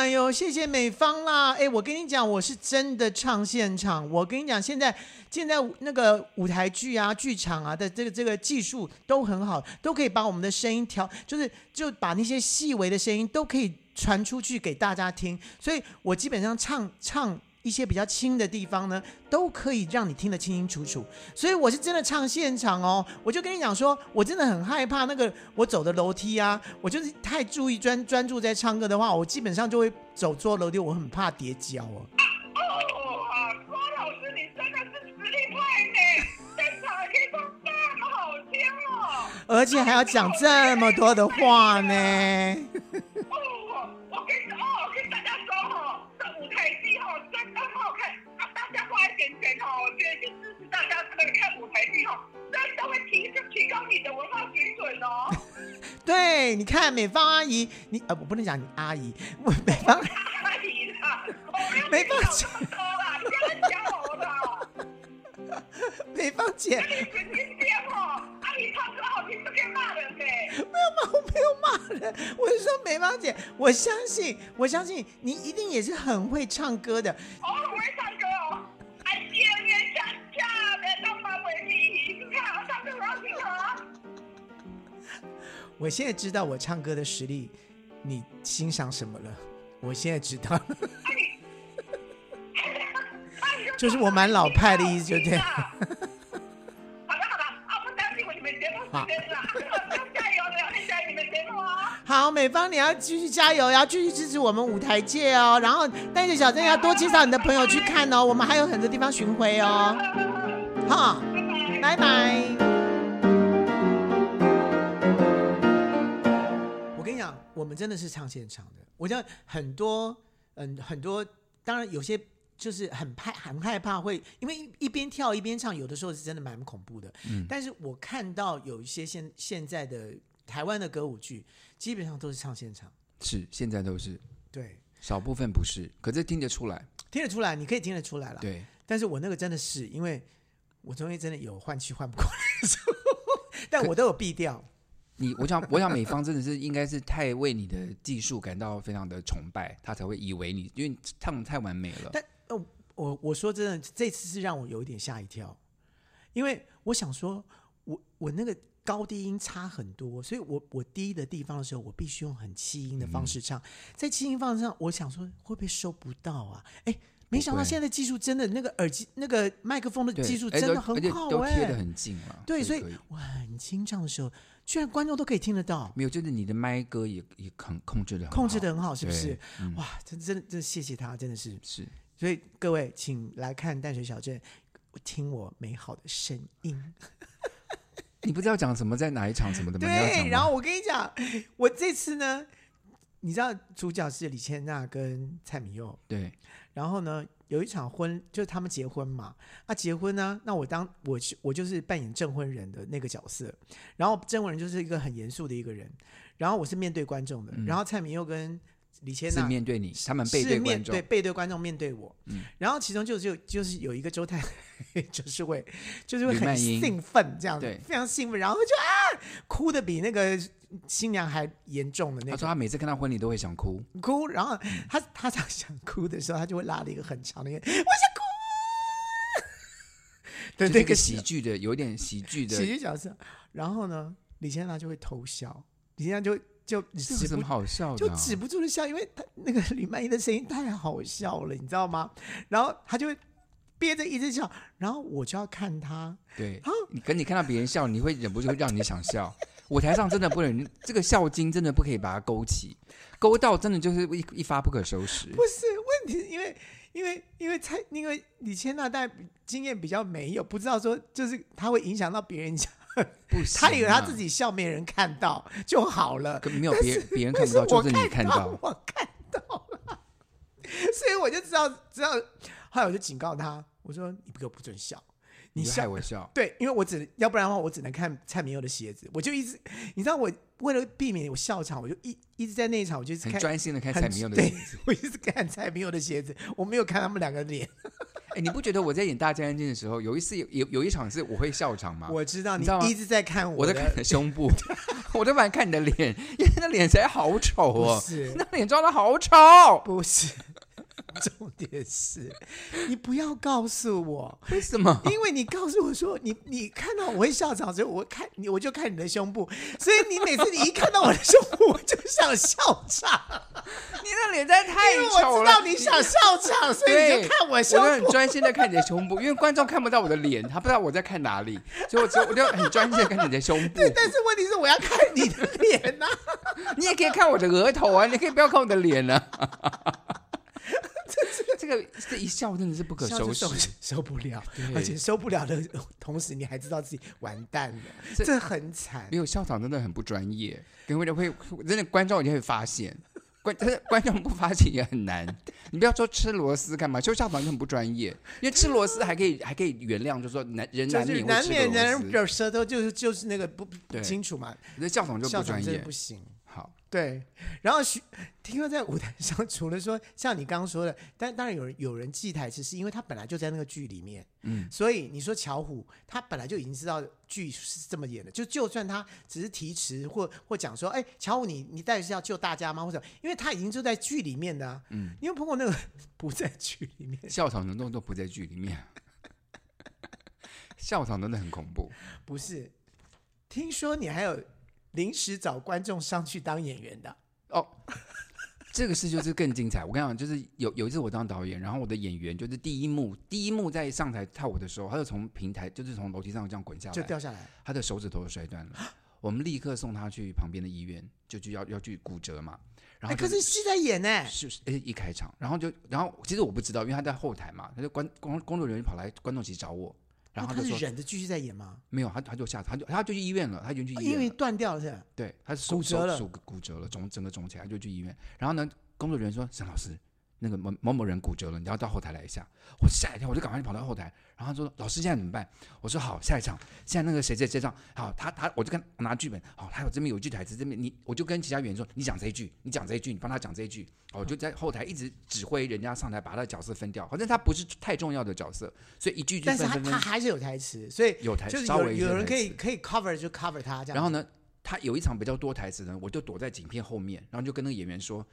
Speaker 1: 哎呦，谢谢美方啦！哎，我跟你讲，我是真的唱现场。我跟你讲，现在现在那个舞台剧啊、剧场啊的这个这个技术都很好，都可以把我们的声音调，就是就把那些细微的声音都可以传出去给大家听。所以我基本上唱唱。一些比较轻的地方呢，都可以让你听得清清楚楚。所以我是真的唱现场哦，我就跟你讲说，我真的很害怕那个我走的楼梯啊，我就是太注意专专注在唱歌的话，我基本上就会走错楼梯，我很怕跌跤哦。
Speaker 4: 啊哦，啊，郭老师，你真的是实力派呢，现场还可以唱大哦
Speaker 1: 而且还要讲这么多的话呢。
Speaker 4: 哦，我跟你说哦，我跟大家说哦，这舞台剧哦真的好看啊！大家花一点钱哦，我觉得就支持大家这个看舞台剧哦，真的会提提高你的文化水准哦。
Speaker 1: 对，你看美芳阿姨，你呃，我不能讲你阿姨，我美芳
Speaker 4: 阿姨啦，我没有听到这么多啦，你不要再讲我了。
Speaker 1: 美芳姐，
Speaker 4: 你神经病哦！阿姨唱歌好听，就可以骂人呢。
Speaker 1: 没有骂，我没有骂人，我是说美芳姐，我相信，我相信你一定也是很会唱歌的。
Speaker 4: 我很会唱歌哦，俺今年想嫁的那么美丽，你看我唱歌好听啊吗？
Speaker 1: 我现在知道我唱歌的实力，你欣赏什么了？我现在知道 了， 就是我蛮老派的意思，就对了。
Speaker 4: 好了好了，啊，不担心我你们节目时间了， 加油，我会加油你们节目啊！
Speaker 1: 好，美芳，你要继续加油，要继续支持我们舞台界哦。然后带着小珍要多介绍你的朋友去看哦，我们还有很多地方巡回哦。哈，拜
Speaker 4: 拜拜。
Speaker 1: 拜。我跟你讲，我们真的是唱现场的。我讲很多，嗯，很多，当然有些就是很怕，很害怕会，因为一一边跳一边唱，有的时候是真的蛮恐怖的。
Speaker 2: 嗯
Speaker 1: 但是我看到有一些现现在的台湾的歌舞剧，基本上都是唱现场，
Speaker 2: 是现在都是
Speaker 1: 对，
Speaker 2: 少部分不是，可是听得出来，
Speaker 1: 听得出来，你可以听得出来了。
Speaker 2: 对，
Speaker 1: 但是我那个真的是，因为我中间真的有换气换不过来的时候， 但我都有避掉。
Speaker 2: 你，我想，我想美方真的是应该是太为你的技术感到非常的崇拜，他才会以为你，因为唱得太完美了。
Speaker 1: 但呃，我我说真的，这次是让我有一点吓一跳，因为我想说，我我那个高低音差很多，所以我我低的地方的时候，我必须用很气音的方
Speaker 2: 嗯
Speaker 1: 式唱，在气音方式上，我想说会不会收不到啊？哎。没想到
Speaker 2: 不会
Speaker 1: 现在的技术真的，那个耳机、那个麦克风的
Speaker 2: 对，
Speaker 1: 技术
Speaker 2: 而且
Speaker 1: 真
Speaker 2: 都
Speaker 1: 的很
Speaker 2: 而且
Speaker 1: 好
Speaker 2: 都
Speaker 1: 哎、
Speaker 2: 贴得很近了。
Speaker 1: 对，所以
Speaker 2: 可以
Speaker 1: 我很清唱的时候，居然观众都可以听得到，
Speaker 2: 没有，就是你的麦歌也也控控制的
Speaker 1: 控制的很好，是不是
Speaker 2: 对？嗯
Speaker 1: 哇，真真的真的谢谢他，真的是。
Speaker 2: 是
Speaker 1: 所以各位，请来看淡水小镇，听我美好的声音。
Speaker 2: 你不知道讲什么在哪一场什么的吗？你要讲
Speaker 1: 对，
Speaker 2: 吗
Speaker 1: 然后我跟你讲，我这次呢，你知道主角是李千娜跟蔡明佑，
Speaker 2: 对
Speaker 1: 然后呢，有一场婚，就是他们结婚嘛。啊，结婚呢，那我当我是我就是扮演证婚人的那个角色，然后证婚人就是一个很严肃的一个人，然后我是面对观众的，
Speaker 2: 嗯
Speaker 1: 然后蔡明佑跟李千
Speaker 2: 是
Speaker 1: 娜
Speaker 2: 面对你，他们背
Speaker 1: 是
Speaker 2: 对
Speaker 1: 面
Speaker 2: 观众
Speaker 1: 对，背对观众面对我，
Speaker 2: 嗯
Speaker 1: 然后其中就就就是有一个周太， 就是会就是会
Speaker 2: 吕
Speaker 1: 很
Speaker 2: 曼英
Speaker 1: 兴奋这样子
Speaker 2: 对，
Speaker 1: 非常兴奋，然后就啊哭的比那个新娘还严重的那
Speaker 2: 他
Speaker 1: 种
Speaker 2: 说他每次看到婚礼都会 想哭，
Speaker 1: 哭，然后他
Speaker 2: 嗯
Speaker 1: 他常想哭的时候，他就会拉了一个很长的一个，我想哭啊的
Speaker 2: 就是
Speaker 1: 那
Speaker 2: 一个
Speaker 1: 个
Speaker 2: 喜
Speaker 1: 小
Speaker 2: 剧的，有点喜剧的
Speaker 1: 喜，剧角色，然后呢，李千娜就会偷笑，李千娜就就
Speaker 2: 这有
Speaker 1: 止
Speaker 2: 什
Speaker 1: 不
Speaker 2: 么好笑
Speaker 1: 就
Speaker 2: 的啊？
Speaker 1: 止不住的笑，因为他那个李曼英的声音太好笑了，你知道吗？然后他就会憋着一直笑，然后我就要看他，
Speaker 2: 对
Speaker 1: 啊，
Speaker 2: 你可你看到别人笑，你会忍不住会让你想笑。舞台上真的不能，这个笑筋真的不可以把它勾起，勾到真的就是一一发不可收拾
Speaker 1: 不。是问题，因为因为因为蔡因为李千娜带经验比较没有，不知道说就是他会影响到别人 讲，
Speaker 2: 不行啊，
Speaker 1: 他以为他自己笑没人看到就好了，
Speaker 2: 可没有别人别人看
Speaker 1: 但
Speaker 2: 不
Speaker 1: 是
Speaker 2: 到，
Speaker 1: 我
Speaker 2: 就是你看
Speaker 1: 到
Speaker 2: 到，。
Speaker 1: 我看到了，所以我就知道知道，后来我就警告他，我说你不给我不准笑，你
Speaker 2: 你就害
Speaker 1: 笑
Speaker 2: 我笑，
Speaker 1: 对，因为我只能，要不然的话，我只能看蔡明佑的鞋子。我就一直，你知道，我为了避免我笑场，我就一一直在那一场，我就一直
Speaker 2: 很
Speaker 1: 看，
Speaker 2: 专心的看
Speaker 1: 很
Speaker 2: 蔡明佑的
Speaker 1: 对
Speaker 2: 戏。，
Speaker 1: 我一直看蔡明佑的鞋子，我没有看他们两个脸。
Speaker 2: 哎，你不觉得我在演《大战安静》的时候，有一次有有有一场是我会笑场吗？
Speaker 1: 我知道
Speaker 2: 啊你
Speaker 1: 你
Speaker 2: 知道吗
Speaker 1: 一直在看
Speaker 2: 我在
Speaker 1: 的，
Speaker 2: 看你的胸 部，我都不敢看你的脸，因为那脸才好丑
Speaker 1: 不
Speaker 2: 哦，
Speaker 1: 是
Speaker 2: 那脸装的好丑，
Speaker 1: 不是，重点是，你不要告诉我，
Speaker 2: 为什么？
Speaker 1: 因为你告诉我说你你看到我会笑场，所以我看你我就看你的胸部，所以你每次你一看到我的胸部，我就想笑场。
Speaker 2: 你的脸真的太
Speaker 1: 因为
Speaker 2: 丑了，
Speaker 1: 我知道你想笑 场，所以你
Speaker 2: 对，
Speaker 1: 就看我胸
Speaker 2: 我就很
Speaker 1: 部。
Speaker 2: 专心的看你的胸部，因为观众看不到我的脸，他不知道我在看哪里，所以我只有我就很专心的看你的胸部。
Speaker 1: 但是问题是，我要看你 的脸呐、
Speaker 2: 你也可以看我的额头啊，你可以不要看我的脸啊。这个这一笑真的是不可收拾
Speaker 1: 收，收不了，
Speaker 2: 对
Speaker 1: 而且受不了的同时，你还知道自己完蛋了，
Speaker 2: 这
Speaker 1: 这很惨
Speaker 2: 没。有校长真的很不专业，跟会会真的观众也会发现，观但是观众不发现也很难。你不要说吃螺丝干嘛，就校长就很不专业，因为吃螺丝还可以还可以原谅，就说难人
Speaker 1: 就
Speaker 2: 难
Speaker 1: 是
Speaker 2: 免
Speaker 1: 难
Speaker 2: 会
Speaker 1: 免
Speaker 2: 吃
Speaker 1: 人
Speaker 2: 螺丝，
Speaker 1: 的舌头就是就是那个不不
Speaker 2: 对
Speaker 1: 清楚嘛，
Speaker 2: 那校长就
Speaker 1: 校
Speaker 2: 不
Speaker 1: 长
Speaker 2: 专
Speaker 1: 真的
Speaker 2: 业
Speaker 1: 不。行。
Speaker 2: 好，
Speaker 1: 对，然后徐听说在舞台上，除了说像你刚刚说的，但当然有人有人记台词，是因为他本来就在那个剧里面，
Speaker 2: 嗯，
Speaker 1: 所以你说巧虎他本来就已经知道剧是这么演的，就就算他只是提词或或讲说，哎，巧虎你你到底是要救大家吗？或者因为他已经就在剧里面的、啊，嗯，你有碰过那个 不在剧里面？
Speaker 2: 校长的动作不在剧里面，校长真的很恐怖。
Speaker 1: 不是，听说你还有临时找观众上去当演员的，
Speaker 2: 哦，这个事就是更精彩。我跟你讲，就是有有一次我当导演，然后我的演员就是第一幕，第一幕在上台跳舞的时候，他就从平台就是从楼梯上这样滚下
Speaker 1: 就
Speaker 2: 来，
Speaker 1: 掉下来，
Speaker 2: 他的手指头就摔断了。 我们立刻送他去旁边的医院，就就要要去骨折嘛。然
Speaker 1: 哎，
Speaker 2: 后
Speaker 1: 可
Speaker 2: 就是
Speaker 1: 戏在演呢、
Speaker 2: 是是诶一开场，然后就然后其实我不知道，因为他在后台嘛，他就观工工作人员跑来观众席找我，然后
Speaker 1: 那
Speaker 2: 他
Speaker 1: 哦他
Speaker 2: 就是说
Speaker 1: 忍着继续在演吗？
Speaker 2: 没有，他他就下他就他就去医院了，他已经去医
Speaker 1: 哦因
Speaker 2: 院
Speaker 1: 为
Speaker 2: 了。
Speaker 1: 断掉了是吧？
Speaker 2: 对，他是
Speaker 1: 骨折
Speaker 2: 手手
Speaker 1: 了
Speaker 2: 手骨折了，肿整个肿起来就去医院。然后呢，工作人员说：“沈老师，那个某某某人骨折了，你要到后台来一下。”我吓一跳，我就赶快跑到后台。然后他说：“老师，现在怎么办？”我说：“好，下一场，现在那个谁谁谁上，好，他他我就跟拿剧本，好，他有这边有一句台词，这边你我就跟其他演员说，你讲这一句，你讲这一句，你帮他讲这一句。哦，我就在后台一直指挥人家上台，把他的角色分掉。好像他不是太重要的角色，所以一句一句
Speaker 1: 但
Speaker 2: 分
Speaker 1: 是他
Speaker 2: 分
Speaker 1: 他
Speaker 2: 分，
Speaker 1: 还是有台词，所以
Speaker 2: 有台
Speaker 1: 就是
Speaker 2: 稍
Speaker 1: 有
Speaker 2: 微一些
Speaker 1: 有人
Speaker 2: 台
Speaker 1: 可以
Speaker 2: 词
Speaker 1: 可以 cover 就 cover 他这样。
Speaker 2: 然后？呢，他有一场比较多台词呢，我就躲在景片后面，然后就跟那个演员说，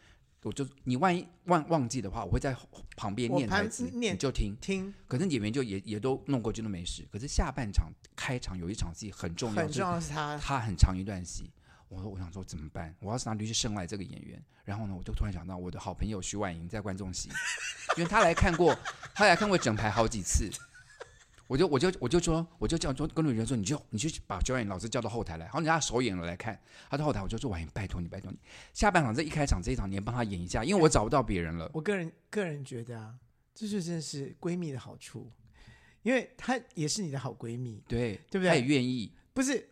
Speaker 2: 我就你万一忘忘记的话，我会在后旁边
Speaker 1: 我
Speaker 2: 念
Speaker 1: 旁
Speaker 2: 台词，
Speaker 1: 念
Speaker 2: 你就听。
Speaker 1: 听
Speaker 2: 可是演员就也也都弄过去都没事。可是下半场开场有一场戏很重要，
Speaker 1: 很
Speaker 2: 就是
Speaker 1: 重要的是他，
Speaker 2: 他很长一段戏。我说我想说怎么办？我要是拿驴去生来这个演员，然后呢，我就突然想到我的好朋友徐婉莹在观众席，因为她来看过， 她来看过整排好几次。我就我就我就说，我就叫说跟主人说，你就你去把徐婉莹老师叫到后台来，然后你让他首演了来看。他到后台，我就说婉莹，拜托你，拜托你，下半场这一开场这一场，你也帮他演一下，因为我找不到别人了。
Speaker 1: 我个人个人觉得啊，这就真的是闺蜜的好处，因为她也是你的好闺蜜，
Speaker 2: 对，
Speaker 1: 对不对
Speaker 2: 他也愿意，
Speaker 1: 不是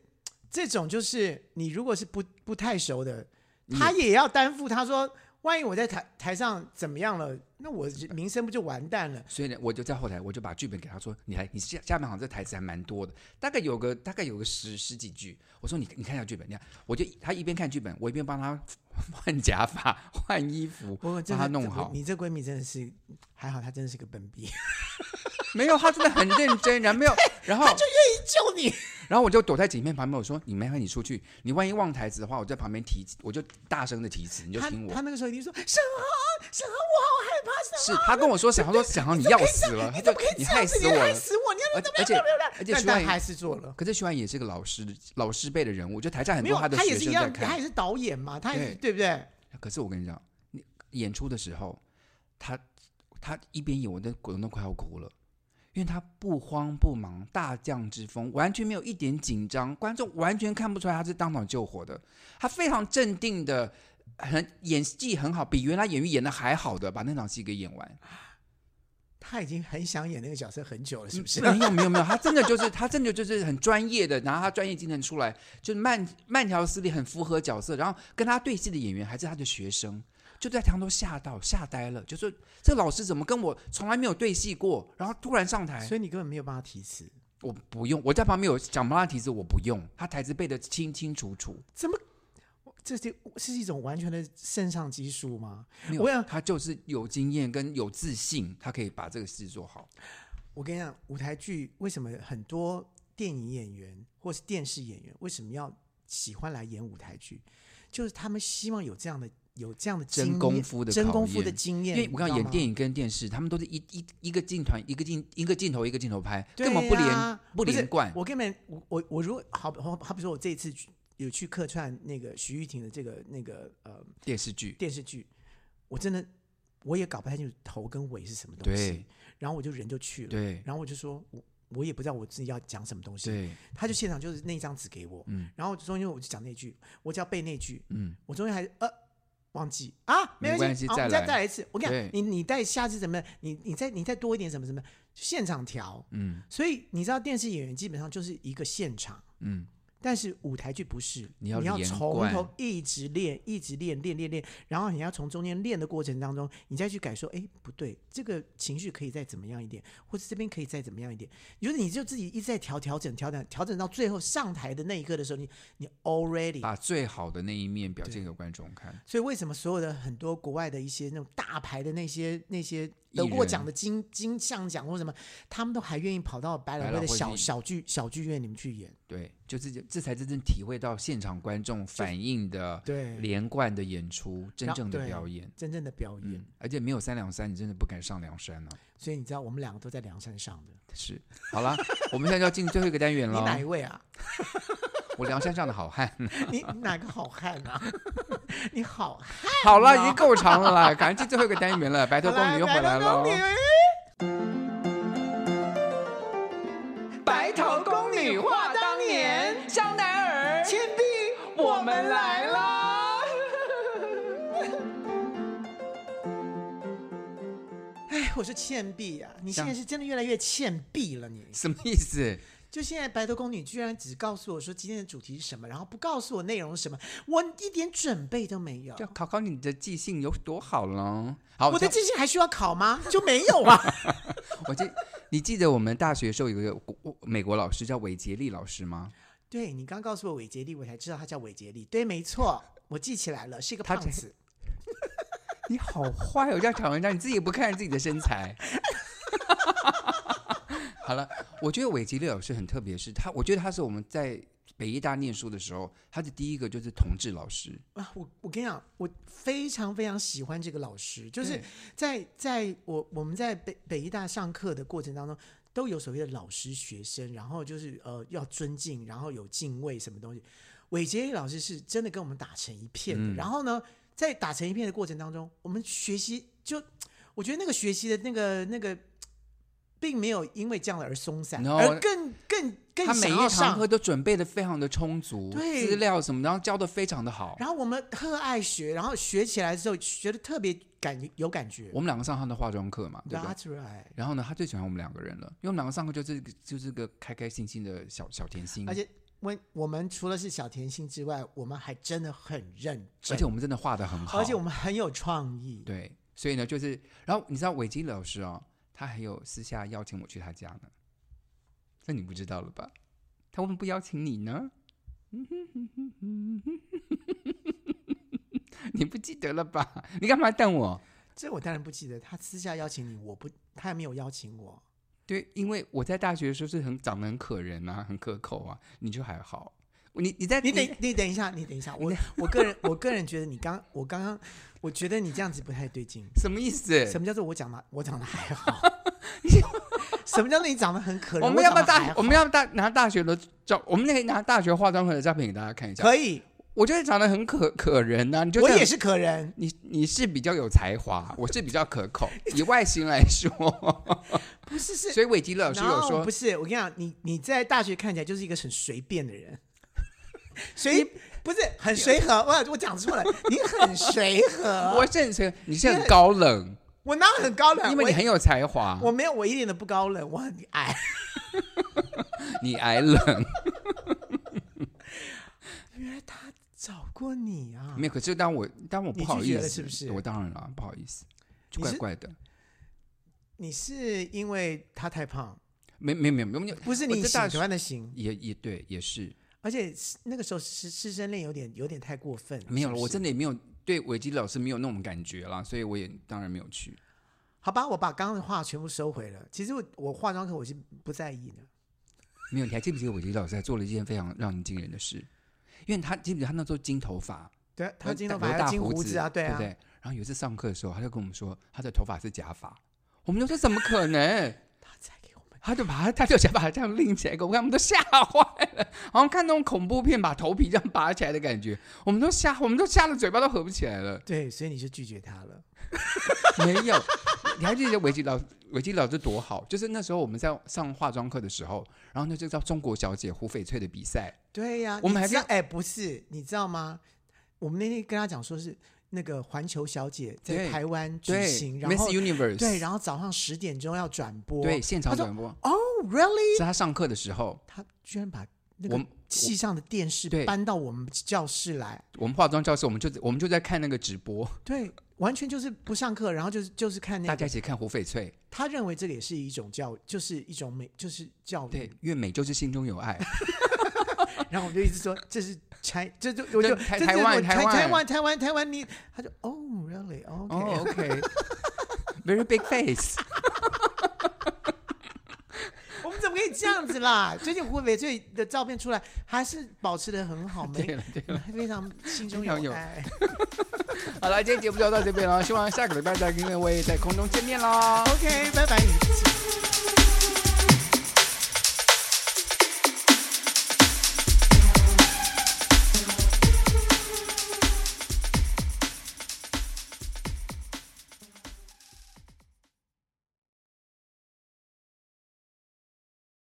Speaker 1: 这种就是你如果是不不太熟的，
Speaker 2: 你
Speaker 1: 他也要担负。他说，万一我在台台上怎么样了，那我名声不就完蛋了？
Speaker 2: 所以呢，我就在后台，我就把剧本给他说：“你来，你下下半场这台词还蛮多的，大概有个大概有个十十几句。”我说你：“你看一下剧本，你看。”我就他一边看剧本，我一边帮他 换假发、换衣服，
Speaker 1: 不过
Speaker 2: 帮
Speaker 1: 真
Speaker 2: 他
Speaker 1: 的，
Speaker 2: 弄
Speaker 1: 这
Speaker 2: 好。
Speaker 1: 你这闺蜜真的是还好，她真的是个笨 逼，
Speaker 2: 没有，他真的很认真，然后没有，然后
Speaker 1: 救你。
Speaker 2: 然后我就躲在景片旁边，我说：“你没看你出去，你万一忘台词的话，我在旁边提，我就大声的提词，你就
Speaker 1: 她
Speaker 2: 听
Speaker 1: 她
Speaker 2: 我。”
Speaker 1: 那个时候一定说沈航，沈航，啊我好害怕，沈航。
Speaker 2: 是他跟我说，想要说想要你要死了，
Speaker 1: 你
Speaker 2: 他
Speaker 1: 怎
Speaker 2: 就
Speaker 1: 么可以
Speaker 2: 你
Speaker 1: 这样
Speaker 2: 害
Speaker 1: 子？
Speaker 2: 死
Speaker 1: 你
Speaker 2: 我
Speaker 1: 害
Speaker 2: 了。
Speaker 1: 死我！你要
Speaker 2: 而
Speaker 1: 怎么
Speaker 2: 而
Speaker 1: 样？
Speaker 2: 且
Speaker 1: 怎么样？
Speaker 2: 而且
Speaker 1: 但
Speaker 2: 徐
Speaker 1: 但
Speaker 2: 婉莹
Speaker 1: 还是做了。
Speaker 2: 可是徐婉也是个老师老师辈的人物，就台下很
Speaker 1: 没
Speaker 2: 多
Speaker 1: 有，
Speaker 2: 他的
Speaker 1: 她也
Speaker 2: 学
Speaker 1: 是一
Speaker 2: 生在
Speaker 1: 样，她
Speaker 2: 看
Speaker 1: 也。是导演嘛，她也是对不对？
Speaker 2: 可是我跟你讲，你演出的时候，他他一边演，我的滚都快要哭了，因为他不慌不忙，大将之风，完全没有一点紧张，观众完全看不出来他是当场救火的，他非常镇定的，很演技很好，比原来演员演的还好的，把那场戏给演完。
Speaker 1: 她已经很想演那个角色很久了，是不是？
Speaker 2: 没有没有没有，他真的就是他真的就是很专业的，拿他专业精神出来，就是慢慢条斯理，很符合角色。然后跟他对戏的演员还是他的学生，就在台上都吓到吓呆了，就说这老师怎么跟我从来没有对戏过，然后突然上台
Speaker 1: 所，以你根本没有帮她提词，
Speaker 2: 我不用，我在旁边有讲帮他提词，我不用，他台词背得清清楚楚。
Speaker 1: 怎么？这是是一种完全的肾上激素吗？
Speaker 2: 没
Speaker 1: 我想
Speaker 2: 有，他就是有经验跟有自信，他可以把这个事做好。
Speaker 1: 我跟你讲，舞台剧为什么很多电影演员或是电视演员为什么要喜欢来演舞台剧？就是他们希望有这样的有这样的
Speaker 2: 真
Speaker 1: 经验
Speaker 2: 功夫的
Speaker 1: 真
Speaker 2: 考
Speaker 1: 功夫的
Speaker 2: 验
Speaker 1: 经验。
Speaker 2: 因为我刚
Speaker 1: 你
Speaker 2: 演
Speaker 1: 知道吗
Speaker 2: 电影跟电视，他们都是一一一个镜团，一个镜一个镜头一个镜头拍，
Speaker 1: 对
Speaker 2: 根本不连、
Speaker 1: 呀
Speaker 2: 不
Speaker 1: 是
Speaker 2: 连贯。
Speaker 1: 我根本我我我如果好好好比说，我这一次去有去客串那个徐玉婷的这个那个呃
Speaker 2: 电视剧，
Speaker 1: 电视剧，我真的我也搞不太清楚头跟尾是什么东西
Speaker 2: 对。
Speaker 1: 然后我就人就去了，
Speaker 2: 对
Speaker 1: 然后我就说我我也不知道我自己要讲什么东西，
Speaker 2: 对，
Speaker 1: 他就现场就是那一张纸给我，
Speaker 2: 嗯
Speaker 1: 然后中间我就讲那句，我只要背那句，
Speaker 2: 嗯，
Speaker 1: 我中间还呃忘记啊，没关
Speaker 2: 没关
Speaker 1: 系，
Speaker 2: 系
Speaker 1: 好，我们
Speaker 2: 再
Speaker 1: 再
Speaker 2: 来
Speaker 1: 再来一次。我跟你讲
Speaker 2: 对，
Speaker 1: 你你再下次怎么样，你你再你再多一点什么什么，现场调。
Speaker 2: 嗯
Speaker 1: 所以你知道，电视演员基本上就是一个现场，
Speaker 2: 嗯，
Speaker 1: 但是舞台剧不是，
Speaker 2: 你要连
Speaker 1: 从
Speaker 2: 贯
Speaker 1: 头一直练，一直练，练练练，然后你要从中间练的过程当中，你再去改说，哎，不对，这个情绪可以再怎么样一点，或者这边可以再怎么样一点，你就是你就自己一直在调调整调整调整到最后上台的那一刻的时候，你你 already
Speaker 2: 把最好的那一面表现给观众看。
Speaker 1: 所以为什么所有的很多国外的一些那种大牌的那些那些得
Speaker 2: 艺
Speaker 1: 过
Speaker 2: 人
Speaker 1: 奖的金金像奖或什么，他们都还愿意跑到百老
Speaker 2: 百
Speaker 1: 汇
Speaker 2: 老
Speaker 1: 的
Speaker 2: 汇
Speaker 1: 小
Speaker 2: 去
Speaker 1: 小剧小剧院里面去演？
Speaker 2: 对，就是这这才真正体会到现场观众反应的
Speaker 1: 对
Speaker 2: 连贯的演出，真正的
Speaker 1: 对
Speaker 2: 表演。
Speaker 1: 真正的表演。
Speaker 2: 嗯，而且没有三两三，你真的不敢上梁山呢、
Speaker 1: 所以你知道我们两个都在梁山上的，
Speaker 2: 是，好啦，我们现在就要进最后一个单 元
Speaker 1: 你
Speaker 2: 了
Speaker 1: 哪。一位啊？
Speaker 2: 我梁山上的好 汉。
Speaker 1: 你你哪个好汉啊？ 你好汉啊
Speaker 2: 好了，已经够长了啦，赶快进最后一个单元 了。白头
Speaker 1: 好
Speaker 2: 宫
Speaker 1: 啦
Speaker 2: 女又回来了哦。
Speaker 1: 哎白头宫女话当年，香奈儿、倩碧，我们来啦！ 哎，我说倩碧啊，你现在
Speaker 2: 像
Speaker 1: 是真的越来越倩碧了你，
Speaker 2: 什么意思？
Speaker 1: 就现在白头宫女居然只告诉我说今天的主题是什么，然后不告诉我内容是什么，我一点准备都没有。
Speaker 2: 就考考你的记性有多好了。好，
Speaker 1: 哦我的
Speaker 2: 像
Speaker 1: 记性还需要考吗？就没有啊。
Speaker 2: 我记，你记得我们大学时候有个国美国老师叫韦杰利老师吗？
Speaker 1: 对你刚告诉我韦杰利，我才知道他叫韦杰利。对，没错，我记起来了，是一个
Speaker 2: 他
Speaker 1: 胖
Speaker 2: 才
Speaker 1: 子。
Speaker 2: 你好坏哦，这样抢人家，你自己也不看自己的身材。 好了，我觉得韦杰利老师很特别，是他，我觉得他是我们在北医大念书的时候，他的第一个就是同志老师，
Speaker 1: 啊，我我跟你讲，我非常非常喜欢这个老师，就是
Speaker 2: 对
Speaker 1: 在在我我们在北北医大上课的过程当中，都有所谓的老师学生，然后就是呃要尊敬，然后有敬畏什么东西。韦杰利老师是真的跟我们打成一片的，
Speaker 2: 嗯
Speaker 1: 然后呢，在打成一片的过程当中，我们学习就我觉得那个学习的那个那个，并没有因为这样而松散
Speaker 2: No，
Speaker 1: 而更更更
Speaker 2: 他每
Speaker 1: 想
Speaker 2: 一
Speaker 1: 要
Speaker 2: 堂
Speaker 1: 上
Speaker 2: 课。都准备的非常的充足，
Speaker 1: 对
Speaker 2: 资料什么，然后教的非常的好。
Speaker 1: 然后我们特爱学，然后学起来之后学的特别感有感觉。
Speaker 2: 我们两个上他的化妆课嘛，对不对？
Speaker 1: That's right。
Speaker 2: 然后呢，他最喜欢我们两个人了，因为我们两个上课就是就是个开开心心的小小甜心，
Speaker 1: 而且我我们除了是小甜心之外，我们还真的很认真，
Speaker 2: 而且我们真的画的很好，
Speaker 1: 而且我们很有创意。
Speaker 2: 对，所以呢，就是然后你知道韦金老师哦，他还有私下邀请我去他家呢，这你不知道了吧？他为什么不邀请你呢？ 你不记得了吧？你干嘛瞪我？
Speaker 1: 这我当然不记得，他私下邀请你，我不，他也没有邀请 我。
Speaker 2: 对，因为我在大学的时候是很长得很可人啊，很可口啊，你就还好。你你在
Speaker 1: 你等你等一下，你等一下，我 我个人我个人觉得你刚我刚刚我觉得你这样子不太对劲。
Speaker 2: 什么意思？
Speaker 1: 什么叫做我长得我长得还 好？什么叫做你长得很可人？
Speaker 2: 我们要不要
Speaker 1: 长得还好
Speaker 2: 大？我们要不要大拿大学的照，我们那个拿大学化妆课的照片给大家看一下。
Speaker 1: 可以，
Speaker 2: 我觉得长得很可可人啊呐、你就
Speaker 1: 我
Speaker 2: 这
Speaker 1: 也
Speaker 2: 样
Speaker 1: 是可人。
Speaker 2: 你你是比较有才华，我是比较可口。以外形来说，
Speaker 1: 不是是
Speaker 2: 所以韦吉老师有
Speaker 1: No，
Speaker 2: 说
Speaker 1: 不，是，我跟你讲，你你在大学看起来就是一个很随便的人，随不是很随和，我我讲错了，你很随和，
Speaker 2: 我
Speaker 1: 我
Speaker 2: 是很随你是很高冷，
Speaker 1: 啊我哪有很高冷？
Speaker 2: 因为你很有才华
Speaker 1: 我，我没有，我一点都不高冷，我很矮。
Speaker 2: 你矮冷。
Speaker 1: 原来他找过你啊
Speaker 2: 没？有，可是当我当我
Speaker 1: 你
Speaker 2: 不好
Speaker 1: 拒绝
Speaker 2: 意
Speaker 1: 了
Speaker 2: 思，
Speaker 1: 是不是
Speaker 2: 我当然了，不好意思，就
Speaker 1: 你
Speaker 2: 怪
Speaker 1: 是
Speaker 2: 怪的。
Speaker 1: 你是因为他太胖，
Speaker 2: 没没没没有，
Speaker 1: 不是
Speaker 2: 我
Speaker 1: 你
Speaker 2: 在大
Speaker 1: 喜
Speaker 2: 学
Speaker 1: 欢的型，
Speaker 2: 也也对，也是
Speaker 1: 而且是那个时候师师生恋有点有点太过分了，
Speaker 2: 没有
Speaker 1: 是
Speaker 2: 了。
Speaker 1: 不
Speaker 2: 我
Speaker 1: 是
Speaker 2: 真的也没有对韦吉老师没有那种感觉啦，所以我也当然没有去。
Speaker 1: 好吧，我把刚刚的话全部收回了。其实我我化妆课我是不在意的。
Speaker 2: 没有，你还记不记得韦吉老师还做了一件非常让人惊人的事？因为他记不记得他那时候金头发，
Speaker 1: 对啊，他金头
Speaker 2: 留
Speaker 1: 发还
Speaker 2: 大
Speaker 1: 要金胡
Speaker 2: 子
Speaker 1: 啊，
Speaker 2: 对
Speaker 1: 啊
Speaker 2: 不，对？然后有一次上课的时候，他就跟我们说他的头发是假发，我们就说怎么可能？
Speaker 1: 他再给我们。。
Speaker 2: 他就把他他就想把他这样拎起来，我看我们都吓坏了，好像看那种恐怖片把头皮这样拔起来的感觉，我们都吓，我们都吓得嘴巴都合不起来了
Speaker 1: 对，所以你就拒绝他了。
Speaker 2: 没有， 你还记得韦吉老韦吉老师多好？就是那时候我们在上化妆课的时候，然后那就叫中国小姐胡翡翠的比赛，
Speaker 1: 对呀、
Speaker 2: 我们
Speaker 1: 你
Speaker 2: 还
Speaker 1: 知道
Speaker 2: 跟
Speaker 1: 哎，不是，你知道吗？我们那天跟他讲说是那个环球小姐在
Speaker 2: 对
Speaker 1: 台湾举
Speaker 2: 对
Speaker 1: 行，然
Speaker 2: ，Miss
Speaker 1: 后
Speaker 2: Universe，
Speaker 1: 对，然后早上十点钟要转播，
Speaker 2: 对现场
Speaker 1: 他说
Speaker 2: 转播，
Speaker 1: 哦，really？
Speaker 2: 是他上课的时候，
Speaker 1: 他居然把那
Speaker 2: 我
Speaker 1: 个
Speaker 2: 们
Speaker 1: 系上的电视
Speaker 2: 对
Speaker 1: 搬到我们教室来，
Speaker 2: 我们化妆教室，我们就我们就在看那个直播，
Speaker 1: 对，完全就是不上课，然后就是就是看那
Speaker 2: 大
Speaker 1: 个
Speaker 2: 家一。起看胡翡翠。
Speaker 1: 他认为这个也是一种教，就是一种美，就是教
Speaker 2: 对
Speaker 1: 育。，
Speaker 2: 因为美就是心中有 爱，
Speaker 1: 然后我就一直说这是台，这就我就
Speaker 2: 台
Speaker 1: 这
Speaker 2: 台
Speaker 1: 是
Speaker 2: 湾
Speaker 1: 我
Speaker 2: 台
Speaker 1: 台
Speaker 2: 湾
Speaker 1: 湾台湾台湾你，他就哦，really 哦，OK，
Speaker 2: 哦，OK，very big face，
Speaker 1: 我们怎么可以这样子啦？最近胡翡翠的照片出来，还是保持的很好，
Speaker 2: 对
Speaker 1: 没
Speaker 2: 了对了。
Speaker 1: 非常心中
Speaker 2: 非常有
Speaker 1: 有爱。
Speaker 2: 好了，今天节目就到这边了，希望下个礼拜再跟各位在空中见面喽。
Speaker 1: OK，拜拜。你